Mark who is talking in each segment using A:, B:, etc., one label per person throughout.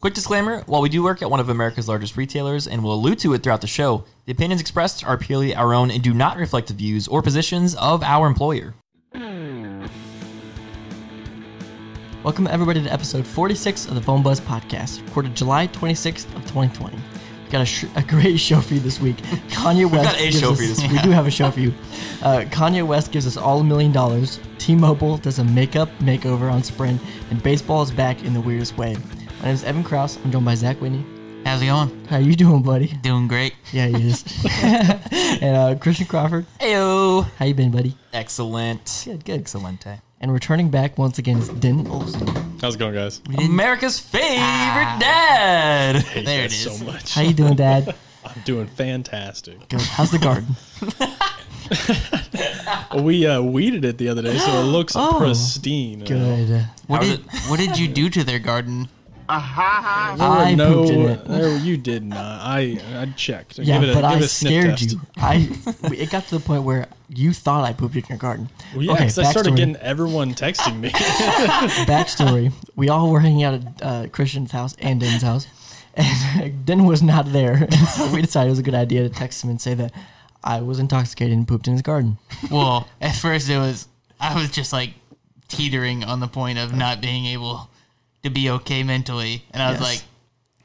A: Quick disclaimer while we do work at one of America's largest retailers and will allude to it throughout the show, the opinions expressed are purely our own and do not reflect the views or positions of our employer.
B: Welcome everybody to episode 46 of the Phone Buzz Podcast, recorded July 26th of 2020. We've got a, sh- a great show for you this week. Kanye West.
A: got a
B: gives
A: show
B: us-
A: for you this
B: We do have a show for you. Uh, Kanye West gives us all a million dollars. T-Mobile does a makeup makeover on Sprint, and baseball is back in the weirdest way. My name is Evan Krause. I'm joined by Zach Whitney.
C: How's it going?
B: How you doing, buddy?
C: Doing great.
B: Yeah, he is. and uh, Christian Crawford.
A: Ayo!
B: How you been, buddy?
A: Excellent.
B: Good, good.
A: Excellente.
B: And returning back once again is Denton Olsen.
D: How's it going, guys?
A: America's favorite dad!
D: Hate
C: There it
D: you guys
C: is.
D: So much.
B: How you doing, Dad?
D: I'm doing fantastic.
B: Good. How's the garden?
D: We uh, weeded it the other day, so it looks pristine.
B: Oh, Good.
C: What
A: How's
C: did what did you do to their garden?
D: There were
B: I
D: no,
B: pooped in it.
D: there- you did not. I I checked.
B: Yeah,
D: give it a,
B: but
D: give
B: I
D: it a sniff
B: scared
D: test.
B: you. I it got to the point where you thought I pooped in your garden.
D: Well, yeah, 'cause I started
B: backstory.
D: getting everyone texting me.
B: backstory. We all were hanging out at uh, Christian's house and Den's house, and Den was not there, and so we decided it was a good idea to text him and say that I was intoxicated and pooped in his garden.
C: Well, at first it was I was just like teetering on the point of not being able to be okay mentally, and I was
B: Yes.
C: like,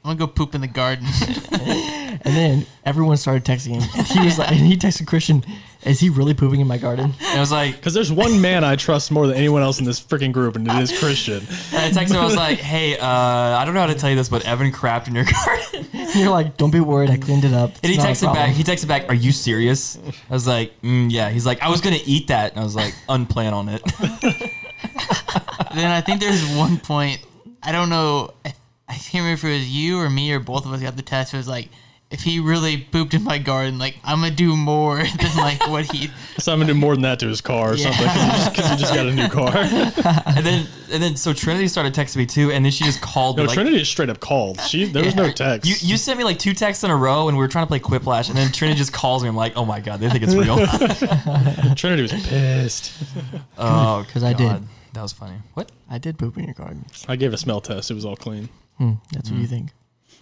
C: I'm gonna go poop in the garden.
B: And then everyone started texting him. He was like, and he texted Christian, "Is he really pooping in my garden?"
A: And I was like,
D: Because there's one man I trust more than anyone else in this freaking group, and it is Christian.
A: I texted him, I was like, hey, uh, I don't know how to tell you this, but Evan crapped in your garden.
B: And you're like, "Don't be worried, I cleaned it up."
A: And he
B: It's not a
A: texted back.
B: problem."
A: He texted back, "Are you serious?" I was like, mm, "Yeah." He's like, "I was gonna eat that," and I was like, "Unplan on it."
C: then I think there's one point I don't know. I, I can't remember if it was you or me or both of us got the test. It was like. If he really pooped in my garden, like I'm gonna do more than like what he.
D: So I'm gonna do more than that to his car or something. Because he just got a new car.
A: and then, and then, so Trinity started texting me too, and then she just called
D: No,
A: me. like,
D: Trinity is straight up called. She there was no text.
A: You, you sent me like two texts in a row, and we were trying to play Quiplash, and then Trinity just calls me. I'm like, "Oh my god, they think it's real."
D: Trinity was pissed.
A: oh,
B: 'cause I did.
A: God. That was funny. What?
B: I did poop in your garden.
D: I gave a smell test. It was all clean.
B: That's
D: Mm.
B: what you think.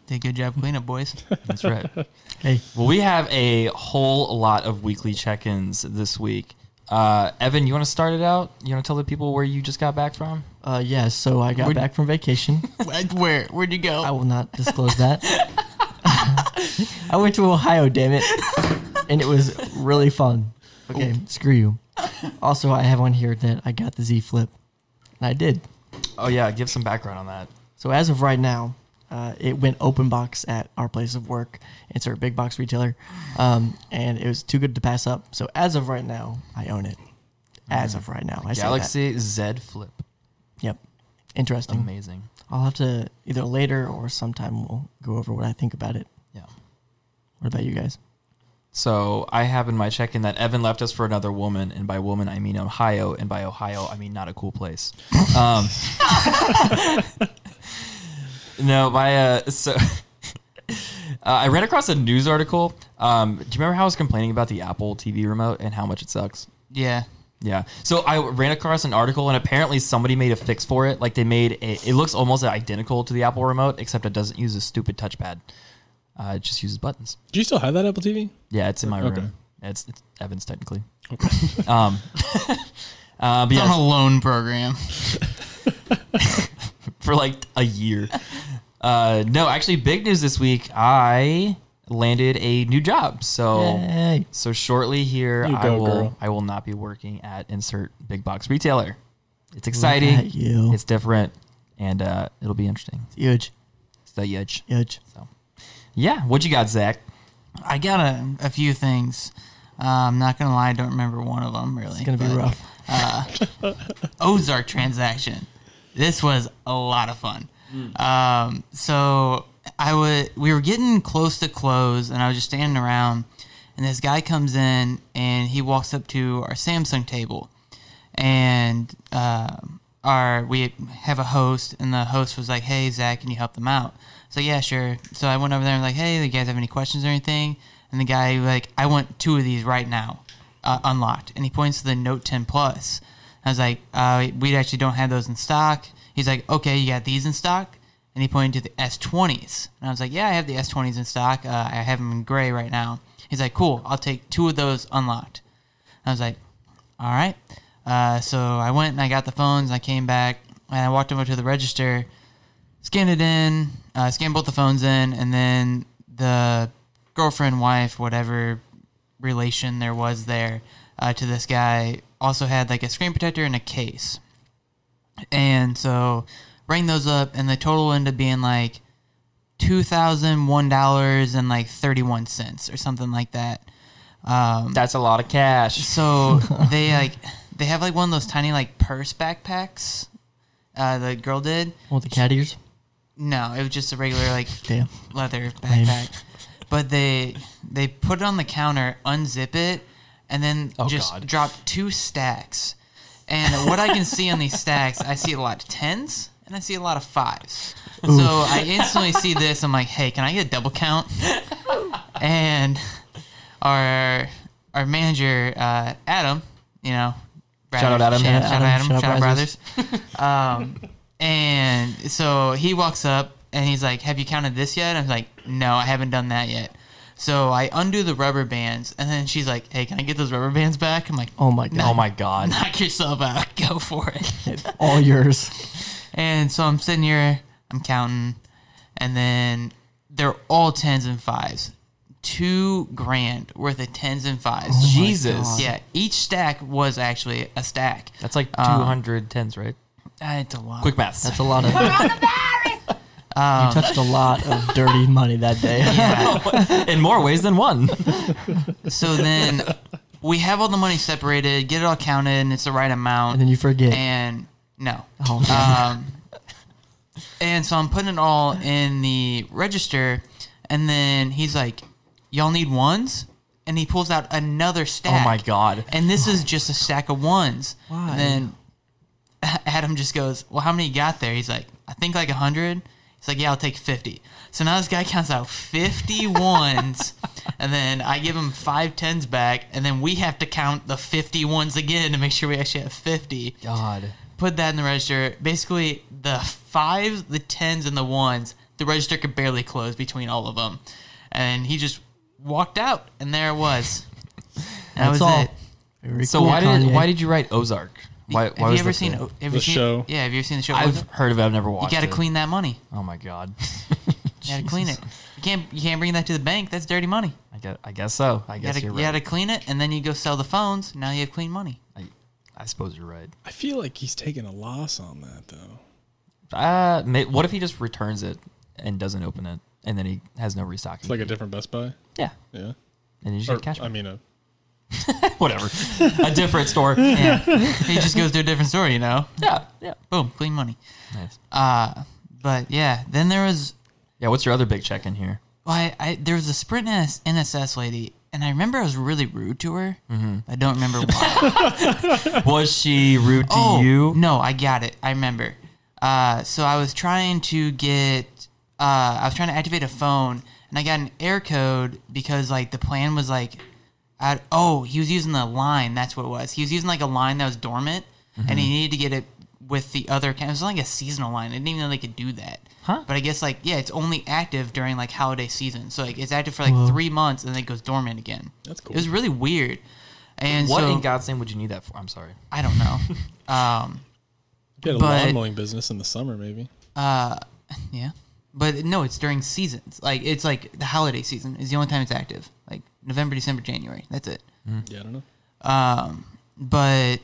C: Did a good job cleanup, boys.
A: That's right.
B: Hey,
A: well, we have a whole lot of weekly check-ins this week. Uh, Evan, you want to start it out? You want to tell the people where you just got back from?
B: Uh, yeah, so I got
C: Would-
B: back from vacation.
C: Where? Where'd you go?
B: I will not disclose that. I went to Ohio, damn it. And it was really fun. Okay, screw you. Also, I have on here that I got the Z Flip. And I did.
A: Oh yeah, give some background on that.
B: So as of right now, uh, it went open box at our place of work. It's our big box retailer. Um, and it was too good to pass up. So as of right now, I own it. As of right now, I say that.
A: Galaxy Z Flip.
B: Yep. Interesting.
A: Amazing.
B: I'll have to either later or sometime we'll go over what I think about it.
A: Yeah.
B: What about you guys?
A: So I have in my check-in that Evan left us for another woman, and by woman I mean Ohio, and by Ohio I mean not a cool place. Um, no, my uh, so uh, I ran across a news article. Um, do you remember how I was complaining about the Apple TV remote and how much it sucks?
C: yeah.
A: Yeah. So I ran across an article, and apparently somebody made a fix for it. Like they made a, it looks almost identical to the Apple remote, except it doesn't use a stupid touchpad. Uh, it just uses buttons.
D: Do you still have that Apple TV?
A: Yeah, it's in my
D: Okay.
A: room. It's, it's Evan's technically. Okay. Um. uh, but
C: It's on a
A: yeah,
C: loan program.
A: for like a year. Uh, no, actually, big news this week. I landed a new job. So.
B: Yay.
A: So shortly here,
D: You
A: I
D: go,
A: will
D: girl.
A: I will not be working at insert big box retailer. It's exciting.
B: at you.
A: It's different, and uh, it'll be interesting.
B: Huge.
A: It's the edge.
B: Huge.
A: So, yeah, what you got, Zach?
C: I got a, a few things. Uh, I'm not gonna lie, I don't remember one of them really.
B: It's gonna be
C: but,
B: rough.
C: Ozark transaction. This was a lot of fun. Um, so I was we were getting close to close, and I was just standing around, and this guy comes in and he walks up to our Samsung table, and uh, our we have a host, and the host was like, "Hey Zach, can you help them out?" So yeah, sure. So I went over there and was like, "Hey, do you guys have any questions or anything?" And the guy like, "I want two of these right now, uh, unlocked," and he points to the Note 10 Plus. I was like, uh, "We actually don't have those in stock." He's like, "Okay, you got these in stock?" and he pointed to the S20s. And I was like, yeah, I have the S20s in stock. Uh, I have them in gray right now. He's like, cool, I'll take two of those unlocked. I was like, all right. Uh, so I went and I got the phones. I came back and I walked over to the register, scanned it in, uh, scanned both the phones in, and then the girlfriend, wife, whatever relation there was there uh, to this guy also had like a screen protector and a case. And so rang those up, and the total ended up being like two thousand one dollars and like thirty one cents or something like that. Um,
A: That's a lot of cash.
C: so they like they have like one of those tiny like purse backpacks. Uh, the girl did.
B: Well, the cat ears.
C: No, it was just a regular like
B: Damn.
C: leather backpack. but they they put it on the counter, unzip it, and then
A: Oh,
C: just
A: God.
C: drop two stacks. And what I can see on these stacks, I see a lot of tens and I see a lot of fives. So I instantly see this. I'm like, hey, can I get a double count? and our our manager uh, Adam, you know,
A: Shout out Adam.
C: shout,
A: Yeah,
B: Adam,
C: shout out Adam,
B: shout out
C: shout out
B: Brothers.
C: brothers. um, and so he walks up and he's like, "Have you counted this yet?" I'm like, "No, I haven't done that yet." So I undo the rubber bands, and then she's like, "Hey, can I get those rubber bands back?" I'm like,
B: Oh my god.
A: Oh my god.
C: knock yourself out, go for it."
B: All yours.
C: And so I'm sitting here, I'm counting, and then they're all tens and fives. Two grand worth of tens and fives.
A: Jesus.
C: Yeah, each stack was actually a stack.
A: That's like two
C: Um,
A: hundred tens, right?
C: Uh, it's a lot.
A: Quick maths.
B: That's a lot of. you touched a lot of dirty money that day.
C: Yeah.
A: in more ways than one.
C: so then we have all the money separated, get it all counted, and it's the right amount.
B: And then you forget.
C: and no.
B: Oh, man.
C: Um, and so I'm putting it all in the register, and then he's like, "Y'all need ones," and he pulls out another stack.
A: Oh my god.
C: And this is just a stack of ones.
B: Why?
C: And then Adam just goes, "Well, how many you got there?" He's like, "I think like a hundred. He's like, "Yeah, I'll take 50. So now this guy counts out 50 ones, and then I give him five tens back, and then we have to count the 50 ones again to make sure we actually have 50
A: God.
C: put that in the register. Basically, the fives, the tens, and the ones, the register could barely close between all of them. And he just walked out, and there it was. That
B: That's
C: was
B: all.
C: it.
B: Very
A: So
B: cool,
A: why did
B: Kanye.
A: why did you write Ozark? Why,
C: have
A: why was
C: you ever
A: this
C: seen
A: there?
C: have you
D: The
C: seen-
D: show?
C: Yeah, have you ever seen the show?
A: I've
C: Ozark?
A: heard of it. I've never
C: you
A: watched.
C: got to
A: it.
C: clean that money.
A: Oh my god.
C: You got to clean it. You can't you can't bring that to the bank. That's dirty money.
A: I guess, I guess so. I
C: You
A: guess
C: got to
A: you're
C: you
A: right.
C: got to clean it, and then you go sell the phones. Now you have clean money.
A: I, I suppose you're right.
D: I feel like he's taking a loss on that though.
A: Uh, may, what if he just returns it and doesn't open it, and then he has no restocking?
D: It's like a different Best Buy.
A: yeah,
D: Yeah.
A: and you just
D: Or,
A: get cash.
D: I mean, a,
A: Whatever. a different store.
C: Yeah, he just goes to a different store. You know,
A: Yeah, yeah.
C: boom, clean money.
A: Nice.
C: Uh, but yeah, then there was
A: Yeah. What's your other big check in here?
C: Well, I, I there was a Sprint NS, NSS lady, and I remember I was really rude to her.
A: Mm-hmm.
C: I don't remember why.
A: Was she rude to
C: oh,
A: you?
C: no, I got it. I remember. Uh, so I was trying to get, uh, I was trying to activate a phone, and I got an air code because like the plan was like, i oh, he was using the line. That's what it was. He was using like a line that was dormant, and
A: Mm-hmm.
C: he needed to get it with the other. account. It was like a seasonal line. I didn't even know they could do that.
A: Huh.
C: But I guess like yeah, it's only active during like holiday season. So like it's active for like three months and then it goes dormant again.
D: That's
C: It was
D: cool.
C: really weird. And
A: What
C: so
A: in God's name would you need that for? I'm sorry.
C: I don't know. um,
D: he had a
C: but-
D: lawn mowing business in the summer, maybe.
C: Uh, yeah, but no, it's during seasons. Like it's like the holiday season is the only time it's active. Like November, December, January. That's it.
B: Hmm.
D: Yeah, I don't know.
C: Um, but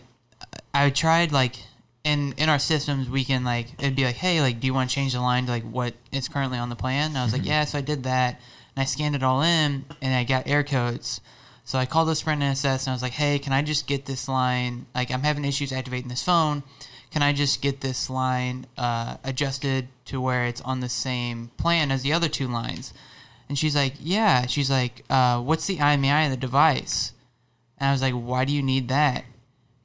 C: I tried like in in our systems we can like it'd be like hey like do you want to change the line to like what is currently on the plan? And I was like yeah, so I did that and I scanned it all in and I got air codes. So I called the Sprint NSS and I was like hey, can I just get this line? Like I'm having issues activating this phone. Can I just get this line uh, adjusted to where it's on the same plan as the other two lines? And she's like, yeah. She's like, uh, what's the IMEI of the device? And I was like, why do you need that?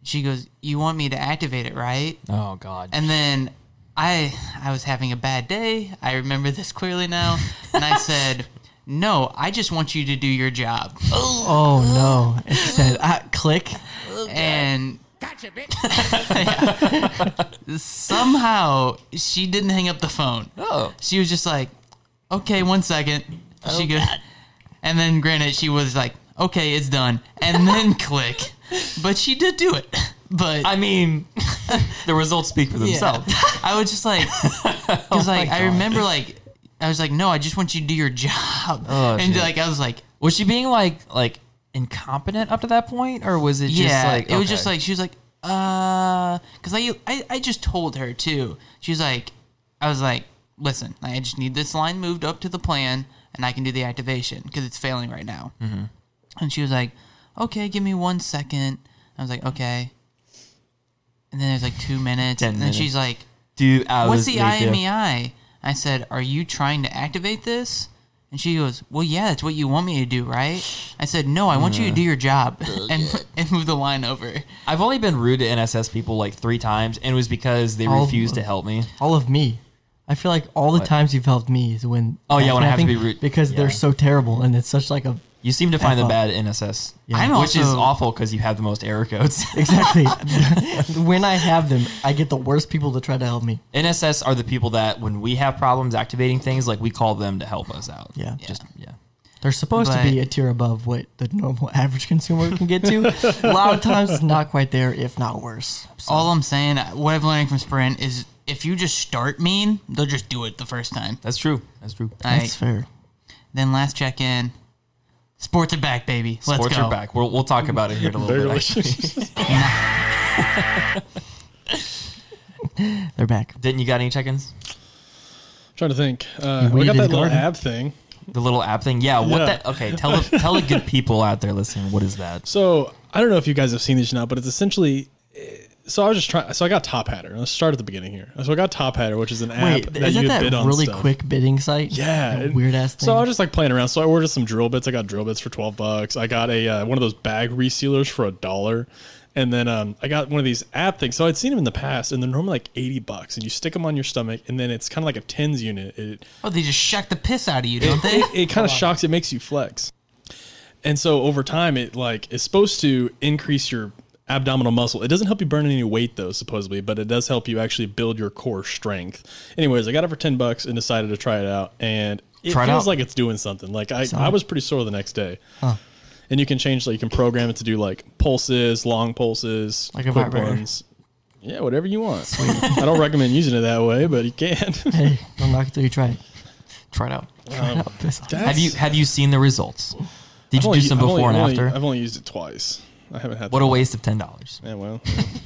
C: She goes, you want me to activate it, right?
A: Oh God.
C: And then I I was having a bad day. I remember this clearly now. And I said, no, I just want you to do your job.
B: Oh no! It said, ah, "Click."
C: and
E: Gotcha, bitch.
C: Somehow she didn't hang up the phone.
A: Oh.
C: She was just like, okay, one second. She
E: Oh,
C: goes, and then granted, she was like, okay, it's done, and then click. But she did do it. But
A: I mean, the results speak for
C: yeah,
A: themselves.
C: I was just like,
A: Oh
C: because like I remember like I was like, no, I just want you to do your job,
A: Oh,
C: and
A: shit.
C: like I was like,
A: Was she being like like incompetent up to that point, or was it just
C: yeah,
A: like
C: it was
A: okay.
C: just like she was like, uh, because I, I I just told her too. She was like, I was like, listen, I just need this line moved up to the plan, and I can do the activation because it's failing right now. Mm-hmm. And she was like, okay, give me one second. I was like, okay. And then there's like two minutes,
A: Ten
C: and
A: minutes.
C: then she's like,
A: do hours
C: what's the E
A: they do.
C: IMEI? I said, are you trying to activate this? And she goes, well, yeah, that's what you want me to do, right? I said, no, I want you to do your job and and move the line over.
A: I've only been rude to NSS people like three times, and it was because they
C: Oh.
B: All-
A: refused to help me.
B: all of me. I feel like all the
A: What?
B: times you've helped me is when
A: Oh, yeah, when I have to
B: snapping,
A: be rude.
B: because
A: Yeah.
B: they're so terrible and it's such like a
A: You seem to find the
B: F
A: bad NSS,
B: Yeah.
C: I'm
A: which is
C: also-
A: awful because you have the most error codes.
B: exactly when I have them, I get the worst people to try to help me.
A: NSS are the people that when we have problems activating things, like we call them to help us out.
B: Yeah.
A: just yeah.
B: They're supposed
C: But-
B: to be a tier above what the normal average consumer can get to. a lot of times it's not quite there, if not worse.
C: All I'm saying, what I've learned from Sprint is if you just start mean, they'll just do it the first time.
A: That's true. That's true.
B: That's
C: Like,
B: fair.
C: then last check in, sports are back, baby. Let's
A: Sports
C: go.
A: are back. We'll, we'll talk about it here in a
D: Very
A: little bit. actually.
D: delicious.
B: They're back.
A: Didn't you got any check-ins?
D: trying to think. Uh,
B: weeded
D: we got that
B: the
D: little
B: garden?
D: ab thing.
A: The little app thing. Yeah. What
D: Yeah.
A: that? Okay. Tell the, tell the good people out there listening. What is that?
D: So I don't know if you guys have seen this or not, but it's essentially. eh, So I was just trying. So I got Top Hatter. Let's start at the beginning here. So I got Top Hatter, which is an app
B: Wait,
D: that you
B: isn't
D: could
B: that
D: bid on
B: really
D: stuff.
B: quick bidding site?
D: Yeah, and
B: weird ass thing.
D: So I was just like playing around. So I ordered some drill bits. I got drill bits for twelve bucks. I got a uh, one of those bag resealers for a dollar, and then um, I got one of these app things. So I'd seen them in the past, and they're normally like eighty bucks, and you stick them on your stomach, and then it's kind of like a tens unit. It
C: Oh, they just shock the piss out of you, don't they?
D: it, it kind of shocks. It makes you flex, and so over time, it like is supposed to increase your abdominal muscle. It doesn't help you burn any weight though, supposedly, but it does help you actually build your core strength. Anyways, I got it for ten bucks and decided to try it out, and it
A: Try it
D: feels
A: out.
D: like it's doing something. Like I, I was pretty sore the next day. And you can change, like you can program it to do like pulses, long pulses,
B: Like a
D: quick
B: vibrator.
D: ones. Yeah, whatever you want. I don't recommend using it that way, but you can.
B: hey, don't knock it till you try it.
A: Try it out.
B: Piss off.
A: Have you have you seen the results? Did you do some
D: I've
A: before and
D: only-
A: after?
D: I've only used it twice. I haven't had
A: What
D: the-
A: a waste of ten dollars.
D: Yeah, well,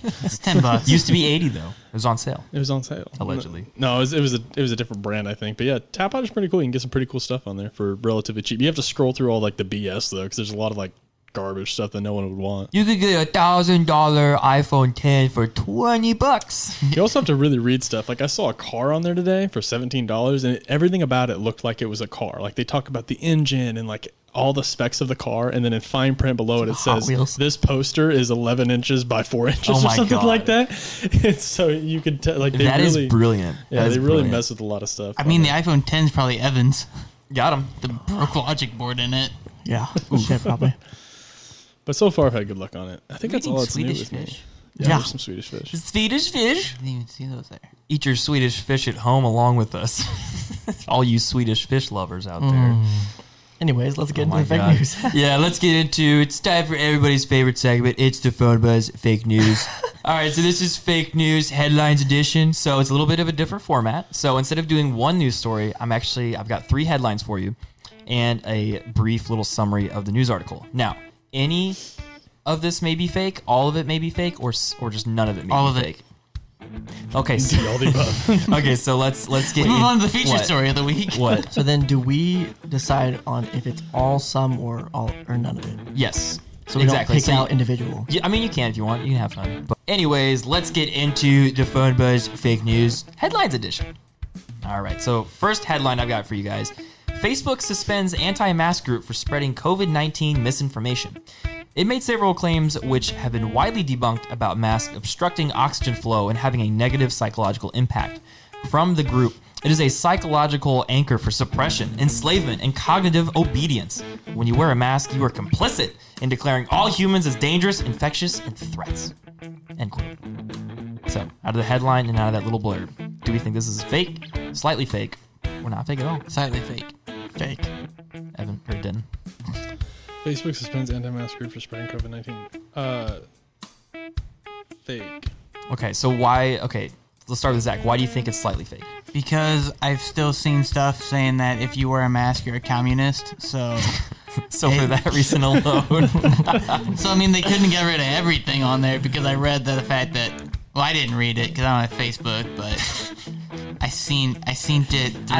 C: It's ten bucks.
A: Used to be eighty though. It was on sale.
D: it was on sale
A: Allegedly.
D: No, it was, it was a it was a different brand, I think. But yeah, Tap Out is pretty cool. You can get some pretty cool stuff on there for relatively cheap. You have to scroll through all like the BS though, because there's a lot of like garbage stuff that no one would want.
A: You could get a thousand dollar iPhone 10 for twenty bucks.
D: You also have to really read stuff. Like I saw a car on there today for seventeen dollars, and everything about it looked like it was a car. Like they talk about the engine and like all the specs of the car, and then in fine print below it, it
B: Hot
D: says
B: Wheels.
D: this poster is eleven inches by four inches
A: Oh
D: or
A: my
D: something
A: God.
D: like that. And so you could tell like they
A: That is
D: really,
A: brilliant.
D: Yeah,
A: That is
D: they really
A: brilliant.
D: mess with a lot of stuff.
C: I
D: on
C: mean,
D: there.
C: the iPhone 10's probably Evans.
A: Got him.
C: The broke logic board in it.
B: Yeah, Oh, shit, probably.
D: But so far, I've had good luck on it. I think that's
C: Eating
D: all it's new
C: Swedish
D: with me.
C: fish.
D: Yeah,
B: Yeah.
D: there's some Swedish fish.
A: Swedish fish.
C: I didn't even see those there.
A: Eat your Swedish fish at home along with us. All you Swedish fish lovers out there.
D: Mm-hmm.
B: Anyways, let's get
A: Oh my
B: into the fake
A: God.
B: news.
A: yeah, let's get into it's time for everybody's favorite segment. It's the phone buzz fake news. All right, so this is fake news headlines edition. So it's a little bit of a different format. So instead of doing one news story, I'm actually I've got three headlines for you and a brief little summary of the news article. Now, any of this may be fake, all of it may be fake, or s- or just none of it may
C: All
A: be
C: of it.
A: fake. Okay, so,
D: All the above.
A: okay, so let's let's get
C: Move
A: in-
C: on to the feature
A: what?
C: story of the week.
A: What?
B: So then, do we decide on if it's all, some, or all, or none of it?
A: Yes. So
B: We
A: exactly.
B: don't pick
A: So you-
B: out individual.
A: Yeah, I mean, you can if you want. You can have fun. But anyways, let's get into the phone buzz fake news headlines edition. All right. So first headline I've got for you guys: Facebook suspends anti-mask group for spreading COVID-19 misinformation. It made several claims which have been widely debunked about masks obstructing oxygen flow and having a negative psychological impact. From the group, it is a psychological anchor for suppression, enslavement, and cognitive obedience. When you wear a mask, you are complicit in declaring all humans as dangerous, infectious, and threats. End quote. So, out of the headline and out of that little blurb, do we think this is fake, slightly fake, or not fake at all?
C: Slightly fake.
B: Fake.
A: Evan or Denton?
D: Facebook suspends anti-mask group for spreading COVID nineteen. Uh, fake.
A: Okay, so why? Okay, let's start with Zach. Why do you think it's slightly fake?
C: Because I've still seen stuff saying that if you wear a mask, you're a communist. So,
A: So for that reason alone,
C: so I mean, they couldn't get rid of everything on there because I read that the fact that well, I didn't read it because I don't have Facebook, but I seen I seen it through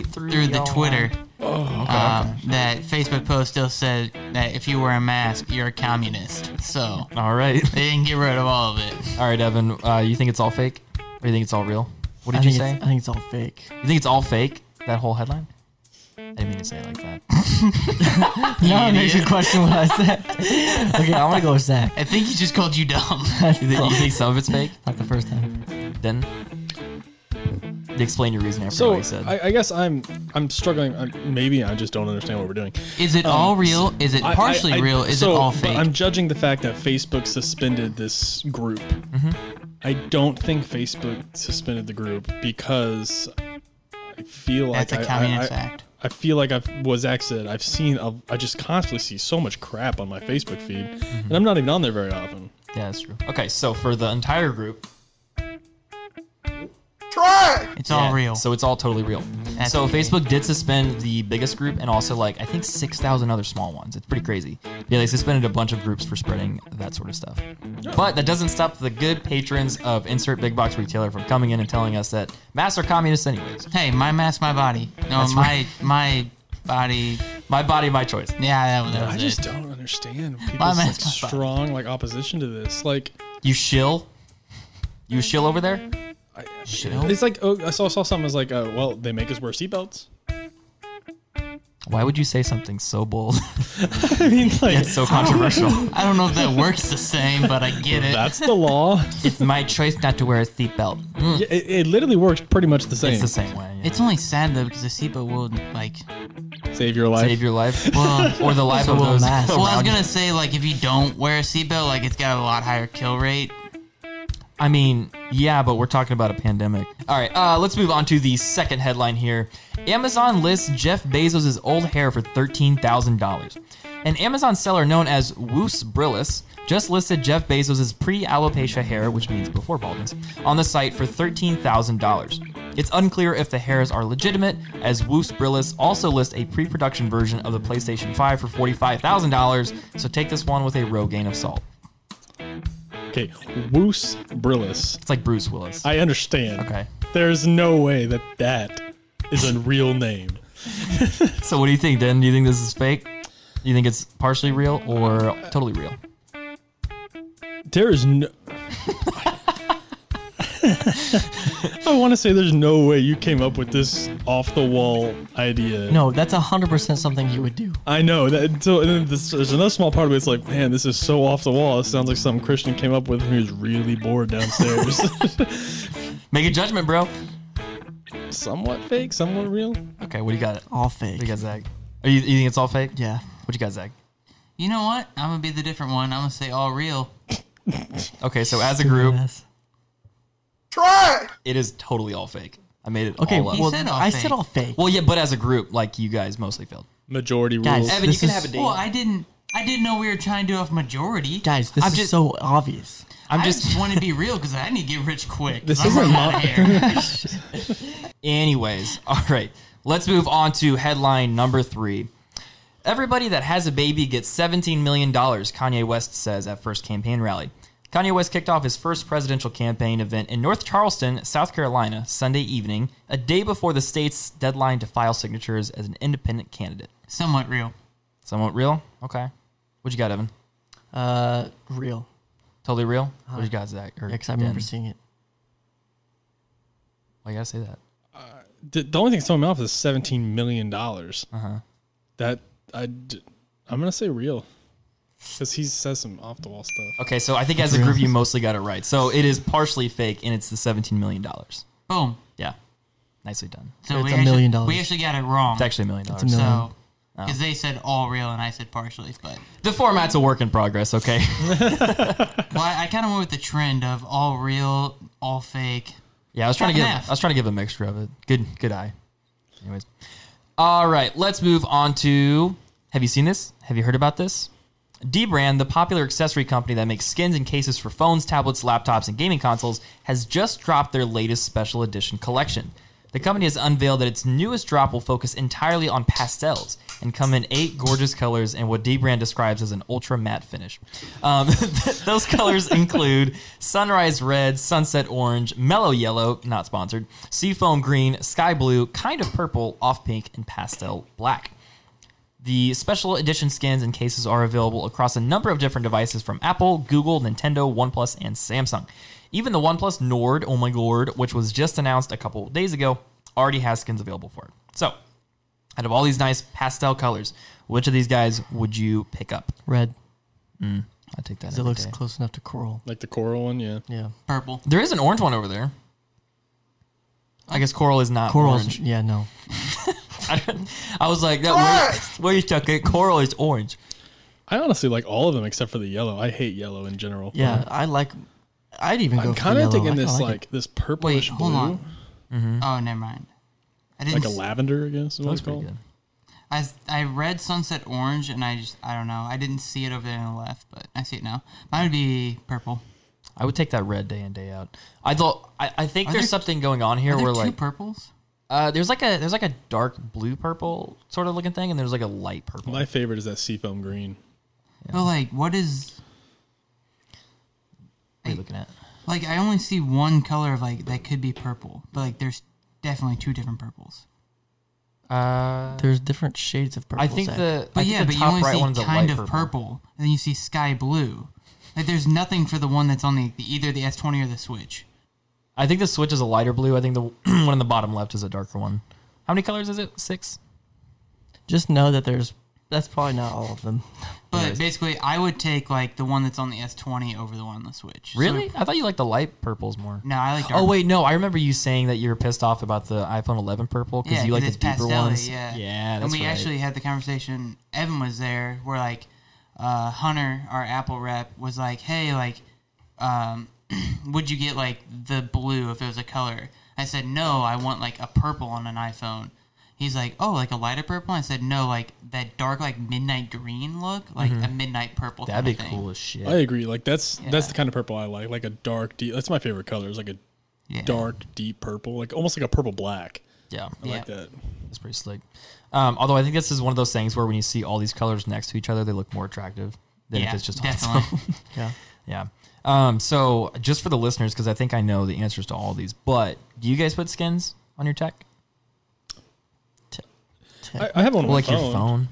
A: it through,
C: through the Twitter. um, That Facebook post still said that if you wear a mask, you're a communist. So
A: All right,
C: they didn't get rid of all of it.
A: all right, Evan. Uh, you think it's all fake, or you think it's all real? What did
B: I
A: you
B: think,
A: say?
B: it's, I think it's all fake.
A: You think it's all fake? That whole headline? I didn't mean to say it like that.
B: No, it makes you question what I said. okay, I want to go with Zach.
C: I think he just called you dumb.
A: You think, you think some of it's fake?
B: Not the first time.
A: Then explain your reason after
D: So
A: what he said.
D: I, I guess I'm I'm struggling. I'm, maybe I just don't understand what we're doing.
C: Is it all real? Is it
D: Um, I- I-
C: partially
D: I-
C: real? Is
D: so,
C: it all
D: but
C: fake?
D: I'm judging the fact that Facebook suspended this group.
C: Mm-hmm.
D: I don't think Facebook suspended the group because I feel
C: That's
D: like
C: a
D: I-
C: communist
D: I, I,
C: act.
D: I feel like I've was exited. I've seen. A, I just constantly see so much crap on my Facebook feed,
C: Mm-hmm.
D: and I'm not even on there very often.
A: yeah, that's true. Okay, so for the entire group,
C: It's all
A: Yeah,
C: real.
A: So it's all totally real.
C: That's
A: so
C: okay.
A: Facebook did suspend the biggest group and also like I think six thousand other small ones. It's pretty crazy. Yeah, they suspended a bunch of groups for spreading that sort of stuff. But that doesn't stop the good patrons of insert big box retailer from coming in and telling us that masks are communists anyways.
C: hey, my mask, my body. No,
A: That's
C: my
A: right.
C: my body.
A: My body, my choice.
C: Yeah, that was, that
D: I
C: was
D: just
C: it.
D: don't
C: My
D: understand people's like,
C: man's my body.
D: strong like opposition to this. Like,
A: You shill. You shill over there.
D: I,
A: Shill?
D: it's like oh, I saw saw something. I was like, uh, well, they make us wear seatbelts.
A: Why would you say something so bold?
D: I mean, like
A: It's so controversial.
C: I don't know if that works the same, but I get it.
D: that's the law.
A: it's my choice not to wear a seatbelt. Mm,
D: Yeah, it, it literally works pretty much the same.
A: It's the same way. yeah.
C: It's only sad though because the SIPA will like.
D: Save your life.
A: Save your life
C: Well,
A: or the life of
B: will
A: those.
B: mask.
C: well, I was
A: around you.
C: gonna say like if you don't wear a seatbelt, like it's got a lot higher kill rate.
A: I mean, yeah, but we're talking about a pandemic. All right, uh, let's move on to the second headline here. Amazon lists Jeff Bezos' old hair for $13,000. An Amazon seller known as Woos Brillis just listed Jeff Bezos' pre alopecia hair, which means before baldness, on the site for $13,000. It's unclear if the hairs are legitimate, as Woos Brillis also lists a pre production version of the PlayStation 5 for $45,000, so take this one with a Rogaine of salt.
D: okay, Woos Brillis.
A: It's like Bruce Willis.
D: I understand.
A: Okay.
D: There's no way that that is a real name.
A: So what do you think, Dan? Do you think this is fake? Do you think it's partially real or totally real?
D: There is no. I want to say there's no way you came up with this off the wall idea.
B: No, that's 100% something he would do.
D: I know that. So and then this, there's another small part of it. It's like, man, this is so off the wall. It sounds like something Christian came up with when he was really bored downstairs.
A: Make a judgment, bro.
D: somewhat fake, somewhat real.
A: Okay, what do you got? What
B: All fake.
A: do you got, Zach? Are you, you think it's all fake?
B: Yeah.
A: What you got, Zach?
C: You know what? I'm gonna be the different one. I'm gonna say all real.
A: Okay, so as a group,
B: Yes.
A: it is totally all fake. I made it
B: Okay,
A: all up.
B: well,
C: said all
B: I
C: fake.
B: said all fake.
A: Well, yeah, but as a group, like you guys mostly failed.
D: Majority
B: Guys,
D: rules.
A: Evan,
B: This
A: you can
B: is-
A: have a date.
C: Well, I didn't. I didn't know we were trying to do off majority.
B: Guys, this
A: I'm
B: is
A: just-
B: so obvious.
A: I'm
C: I
A: just
C: just want to be real because I need to get rich quick. 'cause
D: This
C: I'm
D: isn't
C: running out of hair.
A: Anyways, all right, let's move on to headline number three. Everybody that has a baby gets $17 million, Kanye West says at first campaign rally. Kanye West kicked off his first presidential campaign event in North Charleston, South Carolina, Sunday evening, a day before the state's deadline to file signatures as an independent candidate.
C: Somewhat real.
A: Somewhat real? Okay. What you got, Evan?
B: Uh, real.
A: Totally real? What you got, Zach? Or
B: Yeah, 'cause I remember
A: Dan?
B: seeing it.
A: Why you gotta say that?
D: the, the only thing that's throwing me off is seventeen million dollars. Uh huh.
B: Uh-huh.
D: That I, d- I'm gonna say real, because he says some off the wall stuff.
A: Okay, so I think as a group, you mostly got it right. So it is partially fake, and it's the $17 million.
C: Boom.
A: Yeah. Nicely done.
C: So
B: It's
C: we
B: a
C: actually,
B: million dollars.
C: We actually got it wrong.
A: It's actually a million dollars.
B: a
C: so because they said all real and I said partially. But
A: The format's a work in progress, okay?
C: well, I, I kind of went with the trend of all real, all fake.
A: Yeah, I was trying to give
C: Half and half.
A: I was trying to give a mixture of it. Good good eye. Anyways. All right, let's move on to Have you seen this? Have you heard about this? Dbrand, the popular accessory company that makes skins and cases for phones, tablets, laptops, and gaming consoles, has just dropped their latest special edition collection. The company has unveiled that its newest drop will focus entirely on pastels and come in eight gorgeous colors and what Dbrand describes as an ultra matte finish. Um, those colors include sunrise red, sunset orange, mellow yellow, not sponsored, seafoam green, sky blue, kind of purple, off pink, and pastel black. The special edition skins and cases are available across a number of different devices from Apple, Google, Nintendo, OnePlus, and Samsung. Even the OnePlus Nord, oh my lord, which was just announced a couple of days ago, already has skins available for it. So, out of all these nice pastel colors, which of these guys would you pick up?
B: Red.
A: I take that.
B: It
A: every
B: looks
A: day.
B: close enough to coral.
D: Like the coral one, yeah.
B: Yeah.
C: Purple.
A: There is an orange one over there. I guess coral is not
B: Coral's.
A: orange.
B: Yeah, no.
A: I was like, that where you stuck it? Coral is orange.
D: I honestly like all of them except for the yellow. I hate yellow in general.
B: Yeah, I like. I'd even go
D: I'm
B: for
D: kind of
B: yellow.
D: thinking
B: I
D: this
B: kinda
D: like,
B: like it.
D: this
C: Wait,
D: purplish
C: hold
D: blue,
C: on. Oh, never mind. I didn't.
D: like a
C: s-
D: lavender. I guess is what it's
A: Pretty
D: called.
A: good.
C: I, s- I read sunset orange and I just I don't know. I didn't see it over there on the left, but I see it now. Mine would be purple.
A: I would take that red day in day out. I thought I, I think
C: Are
A: there's
C: there-
A: something going on here
C: Are there
A: where
C: two
A: like
C: purples?
A: uh, there's like a there's like a dark blue purple sort of looking thing, and there's like a light purple.
D: My favorite is that seafoam green.
C: But like, what is
A: what are you looking at?
C: like? I only see one color of like that could be purple, but like there's definitely two different purples.
A: Uh,
B: There's different shades of purple.
A: I think the
C: But
A: I think
C: yeah,
A: the
C: but you
A: top
C: only
A: right one's
C: see
A: a
C: kind
A: light
C: of purple. and then you see sky blue. Like there's nothing for the one that's on the, the either the S20 or the Switch.
A: I think the switch is a lighter blue. I think the one on the bottom left is a darker one. How many colors is it? Six.
B: just know that there's. That's probably not all of them.
C: But
A: Nice.
C: basically, I would take like the one that's on the S20 over the one on the Switch. So-
A: Really? I thought you liked the light purples more.
C: no, I like. Dark
A: Oh wait, no. I remember you saying that you were pissed off about the iPhone 11 purple because
C: Yeah,
A: you like the
C: it's
A: deeper
C: pastel-y,
A: ones.
C: Yeah,
A: yeah. That's
C: and we
A: right.
C: actually had the conversation. Evan was there, where like uh, Hunter, our Apple rep, was like, "Hey, like, um, would you get like the blue if it was a color?" I said, "No, I want like a purple on an iPhone." He's like, "Oh, like a lighter purple?" I said, "No, like that dark, like midnight green look, like a midnight purple."
A: Mm-hmm. that'd
C: kinda
A: be
C: thing."
A: cool as shit.
D: I agree. Like that's that's
C: Yeah.
D: the kind of purple I like. Like a dark deep. That's my favorite color. Is like a
C: Yeah.
D: dark deep purple, like almost like a purple black.
A: yeah.
D: I like
C: Yeah.
D: that.
A: It's pretty slick. Um, although I think this is one of those things where when you see all these colors next to each other, they look more attractive than
C: Yeah,
A: if it's just on its
C: definitely.
B: Yeah.
A: own. Yeah. Um, so just for the listeners, because I think I know the answers to all these, but do you guys put skins on your tech?
D: I, I have one on
A: Or like
D: my
A: your phone?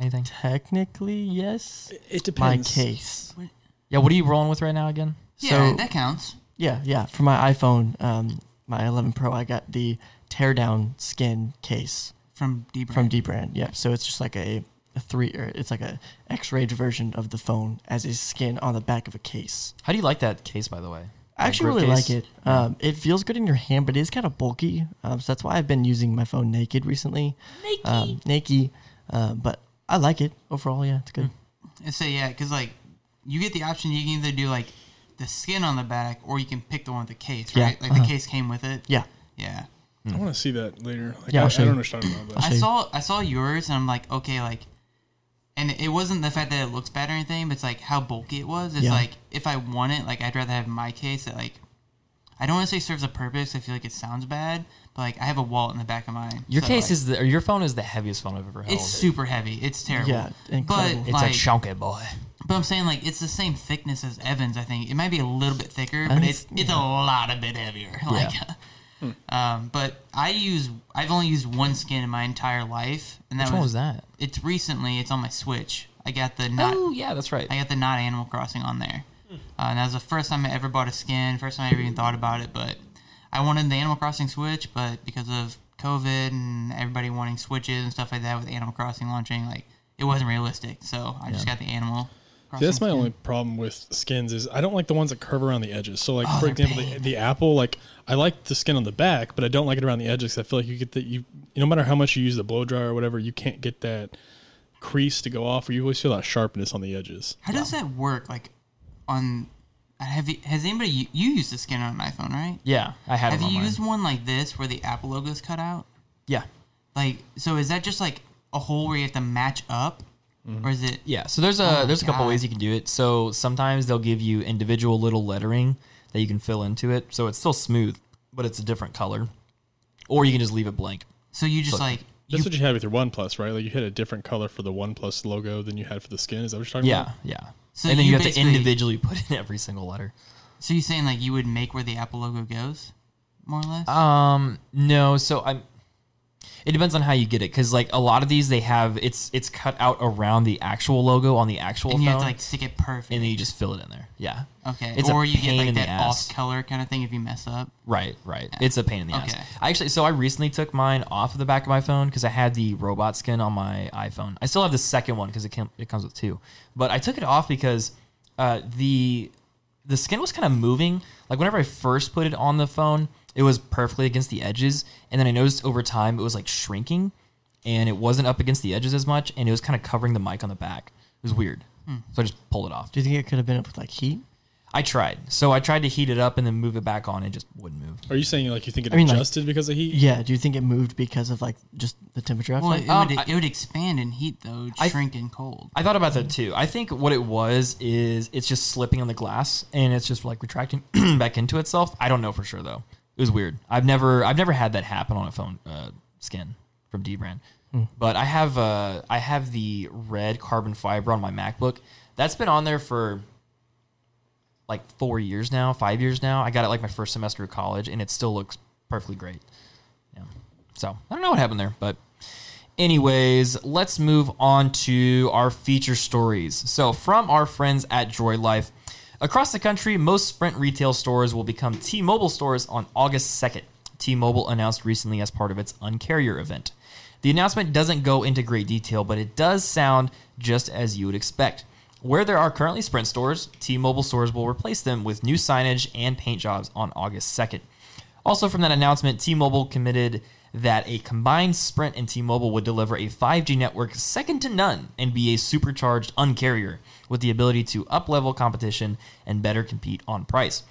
A: Anything?
B: Technically, yes.
D: It
B: My
D: depends.
B: case.
A: Yeah. What are you rolling with right now again?
C: yeah,
B: So-
C: that counts.
B: Yeah, yeah. For my iPhone, um, my 11 Pro, I got the teardown skin case
C: From D brand.
B: from Dbrand. Yep. So it's just like a, a three, or it's like a X-rayed version of the phone as a skin on the back of a case.
A: How do you like that case, by the way?
B: I
A: That
B: actually
A: grip
B: really
A: case?
B: like it. Um, it feels good in your hand, but it is kind of bulky. Um, so that's why I've been using my phone naked recently. Naked. Um, naked. Uh, but I like it overall. Yeah, it's good.
C: And so yeah, because like you get the option, you can either do like the skin on the back, or you can pick the one with the case,
B: Yeah,
C: right? Like the case came with it.
B: Yeah.
C: Yeah.
D: I want to see that later. Like,
B: Yeah,
D: I,
B: I'll
D: I
B: show you.
D: don't understand about that.
C: I
B: show you.
C: saw I saw yours, and I'm like, okay, like, and it wasn't the fact that it looks bad or anything, but it's like how bulky it was. It's
B: Yeah.
C: like if I want it, like I'd rather have my case that like I don't want to say serves a purpose. I feel like it sounds bad, but like I have a wallet in the back of mine.
A: Your
C: so,
A: case
C: like,
A: is the, or your phone is the heaviest phone I've ever held.
C: it's super heavy. It's terrible.
B: Yeah, incredible.
C: But
A: It's
C: like,
A: a chunky boy.
C: But I'm saying like it's the same thickness as Evans. I think it might be a little bit thicker, but
B: And
C: it's
B: it's-
C: it's a lot a bit heavier. Like, um, but I use I've only used one skin in my entire life, and that
A: Which
C: was,
A: one was that?
C: It's recently. It's on my Switch. I got the not
A: oh yeah, that's right.
C: I got the not Animal Crossing on there. Uh, and that was the first time I ever bought a skin. First time I ever even thought about it. But I wanted the Animal Crossing Switch, but because of COVID and everybody wanting Switches and stuff like that with Animal Crossing launching, like it wasn't realistic. So I just got the Animal. Crossing
D: See, that's my
C: skin.
D: only problem with skins is I don't like the ones that curve around the edges. So like for
C: they're
D: example, the,
C: bad.
D: the apple, like I like the skin on the back, but I don't like it around the edges. 'cause I feel like you get that you no matter how much you use the blow dryer or whatever, you can't get that crease to go off, or you always feel that sharpness on the edges.
C: How does that work? Like, on have you, has anybody you, you used a scanner on an iPhone, right?
A: Yeah, I had them
C: Have you
A: on mine.
C: used one like this where the Apple logo is cut out?
A: Yeah,
C: Like, so is that just like a hole where you have to match up, or is it?
A: Mm-hmm. yeah. So there's a there's a couple
C: Oh God.
A: ways you can do it. So sometimes they'll give you individual little lettering that you can fill into it, so it's still smooth, but it's a different color, or you can just leave it blank.
C: So you just like you
D: That's what you had with your OnePlus, right? Like you had a different color for the OnePlus logo than you had for the skin. Is that what you're talking
A: Yeah,
D: about?
A: yeah.
C: So
A: and then
C: you
A: you, have to
C: basically-
A: individually put in every single letter.
C: So you saying like you would make where the Apple logo goes, more or less?
A: Um, no. So I'm. It depends on how you get it, because like a lot of these, they have it's it's cut out around the actual logo on the actual
C: and you
A: phone,
C: have to like stick it perfect.
A: and then you just fill it in there. Yeah.
C: okay.
A: It's a
C: or you get
A: pain
C: like
A: in the
C: that
A: ass.
C: off color kind of thing if you mess up.
A: Right, right. It's a pain in the
C: Okay.
A: ass. I actually, so I recently took mine off of the back of my phone because I had the robot skin on my iPhone. I still have the second one because it came, it comes with two, but I took it off because uh, the the skin was kind of moving. Like whenever I first put it on the phone, it was perfectly against the edges, and then I noticed over time it was like shrinking, and it wasn't up against the edges as much, and it was kind of covering the mic on the back. It was weird, so I just pulled it off.
B: Do you think it could have been up with like heat?
A: I tried, so I tried to heat it up and then move it back on. It just wouldn't move.
D: Are you saying like you think it
B: I mean, like-
D: adjusted because of heat?
B: Yeah. Do you think it moved because of like just the temperature?
C: Well,
B: effect?
C: it,
A: Um,
C: would,
A: I-
C: it would expand in heat though,
A: I-
C: shrink in cold.
A: I thought about that too. I think what it was is it's just slipping on the glass and it's just like retracting back into itself. I don't know for sure though. It was weird. I've never I've never had that happen on a phone uh, skin from D brand. But I have uh I have the red carbon fiber on my MacBook. That's been on there for like 4 years now, 5 years now. I got it like my first semester of college and it still looks perfectly great. Yeah. So I don't know what happened there, but anyways, let's move on to our feature stories. So from our friends at Joy Life, across the country, most Sprint retail stores will become T-Mobile stores on August 2nd. T-Mobile announced recently as part of its Uncarrier event. The announcement doesn't go into great detail, but it does sound just as you would expect. Where there are currently Sprint stores, T-Mobile stores will replace them with new signage and paint jobs on August 2nd. Also, from that announcement, T Mobile committed that a combined Sprint and T Mobile would deliver a 5G network second to none and be a supercharged uncarrier with the ability to up level competition and better compete on price.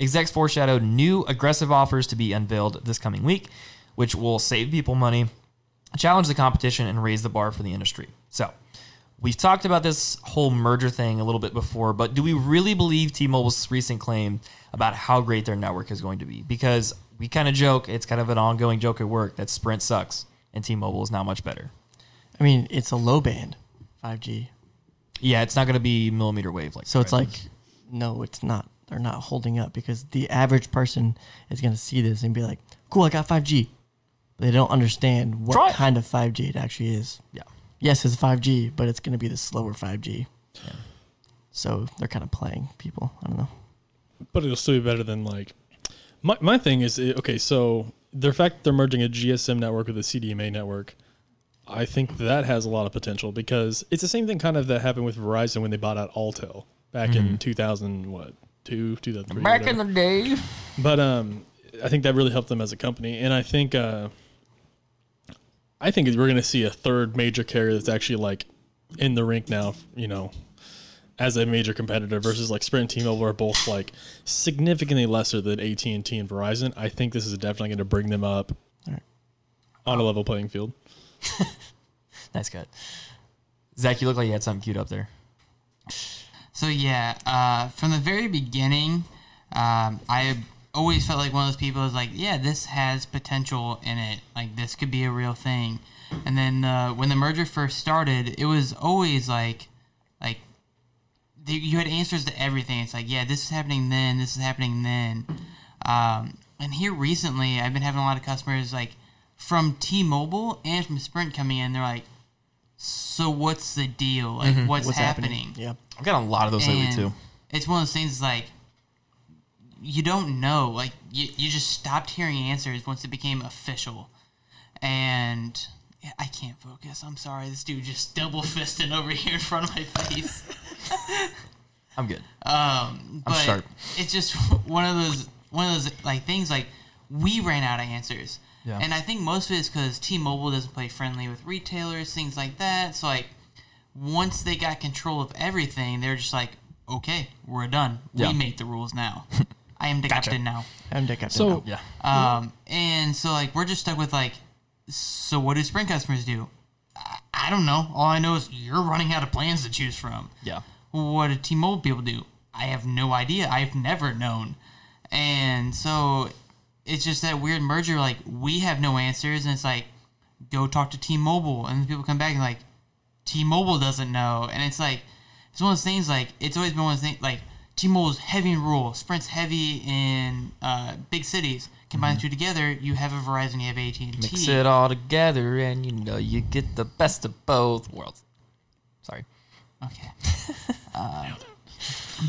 A: Execs foreshadowed new aggressive offers to be unveiled this coming week, which will save people money, challenge the competition, and raise the bar for the industry. So, We've talked about this whole merger thing a little bit before, but do we really believe T Mobile's recent claim about how great their network is going to be? Because we kind of joke, it's kind of an ongoing joke at work that Sprint sucks and T Mobile is now much better.
B: I mean, it's a low band 5G.
A: Yeah, it's not going to be millimeter wave like
B: So it's
A: Sprint.
B: like, no, it's not. They're not holding up because the average person is going to see this and be like, cool, I got 5G. They don't
A: Try
B: understand what
A: it.
B: kind of 5G it actually is.
A: yeah.
B: Yes, it's 5G, but it's going to be the slower 5G. So they're kind of playing people. I don't know.
D: but it'll still be better than like my, my thing is eh, okay so the fact that they're merging a gsm network with a cdma network i think that has a lot of potential because it's the same thing kind of that happened with verizon when they bought out altel back in 2000 what 2 2003
A: Back
D: whatever.
A: in the day.
D: But um, I think that really helped them as a company, and I think uh, I think we're going to see a third major carrier that's actually like in the rink now. You know, as a major competitor versus like Sprint and T-Mobile are both like significantly lesser than AT and T and Verizon. I think this is definitely going to bring them up
B: Alright.
D: on a level playing field.
A: Nice cut. Zach, you look like you had something cute up there.
C: So yeah, uh, from the very beginning, um, I always felt like one of those people is like, yeah, this has potential in it. Like this could be a real thing. And then uh, when the merger first started, it was always like, like they, you had answers to everything. It's like, yeah, this is happening then, this is happening then. Um, and here recently, I've been having a lot of customers like from T-Mobile and from Sprint coming in. They're like, so what's the deal? Like, Mm-hmm. what's, happening?
B: Yeah.
A: I've got a lot of those lately
C: And
A: too.
C: It's one of those things like you don't know. Like you, you just stopped hearing answers once it became official. And I can't focus. I'm sorry. This dude just double fisting over here in front of my face.
A: I'm good.
C: Um, but
A: sharp.
C: it's just one of those one of those like things like we ran out of answers.
A: Yeah.
C: And I think most of it is because T-Mobile doesn't play friendly with retailers, things like that. So like once they got control of everything, they're just like, okay, we're done.
A: Yeah.
C: We make the rules now. I am the captain now.
B: I'm the captain.
D: So
B: now.
A: Yeah.
C: Um, and so like we're just stuck with like, so what do sprint customers do? I, I don't know. All I know is you're running out of plans to choose from.
A: Yeah.
C: What do T-Mobile people do? I have no idea. I've never known. And so it's just that weird merger. Like we have no answers, and it's like go talk to T-Mobile, and people come back and like T-Mobile doesn't know, and it's like it's one of those things. Like it's always been one of those things. Like T-Mobile's heavy in rural, Sprint's heavy in uh, big cities. Combine the two together, you have a Verizon, you have AT and
A: Mix
C: T.
A: it all together, and you know you get the best of both worlds. Sorry.
C: Okay. uh,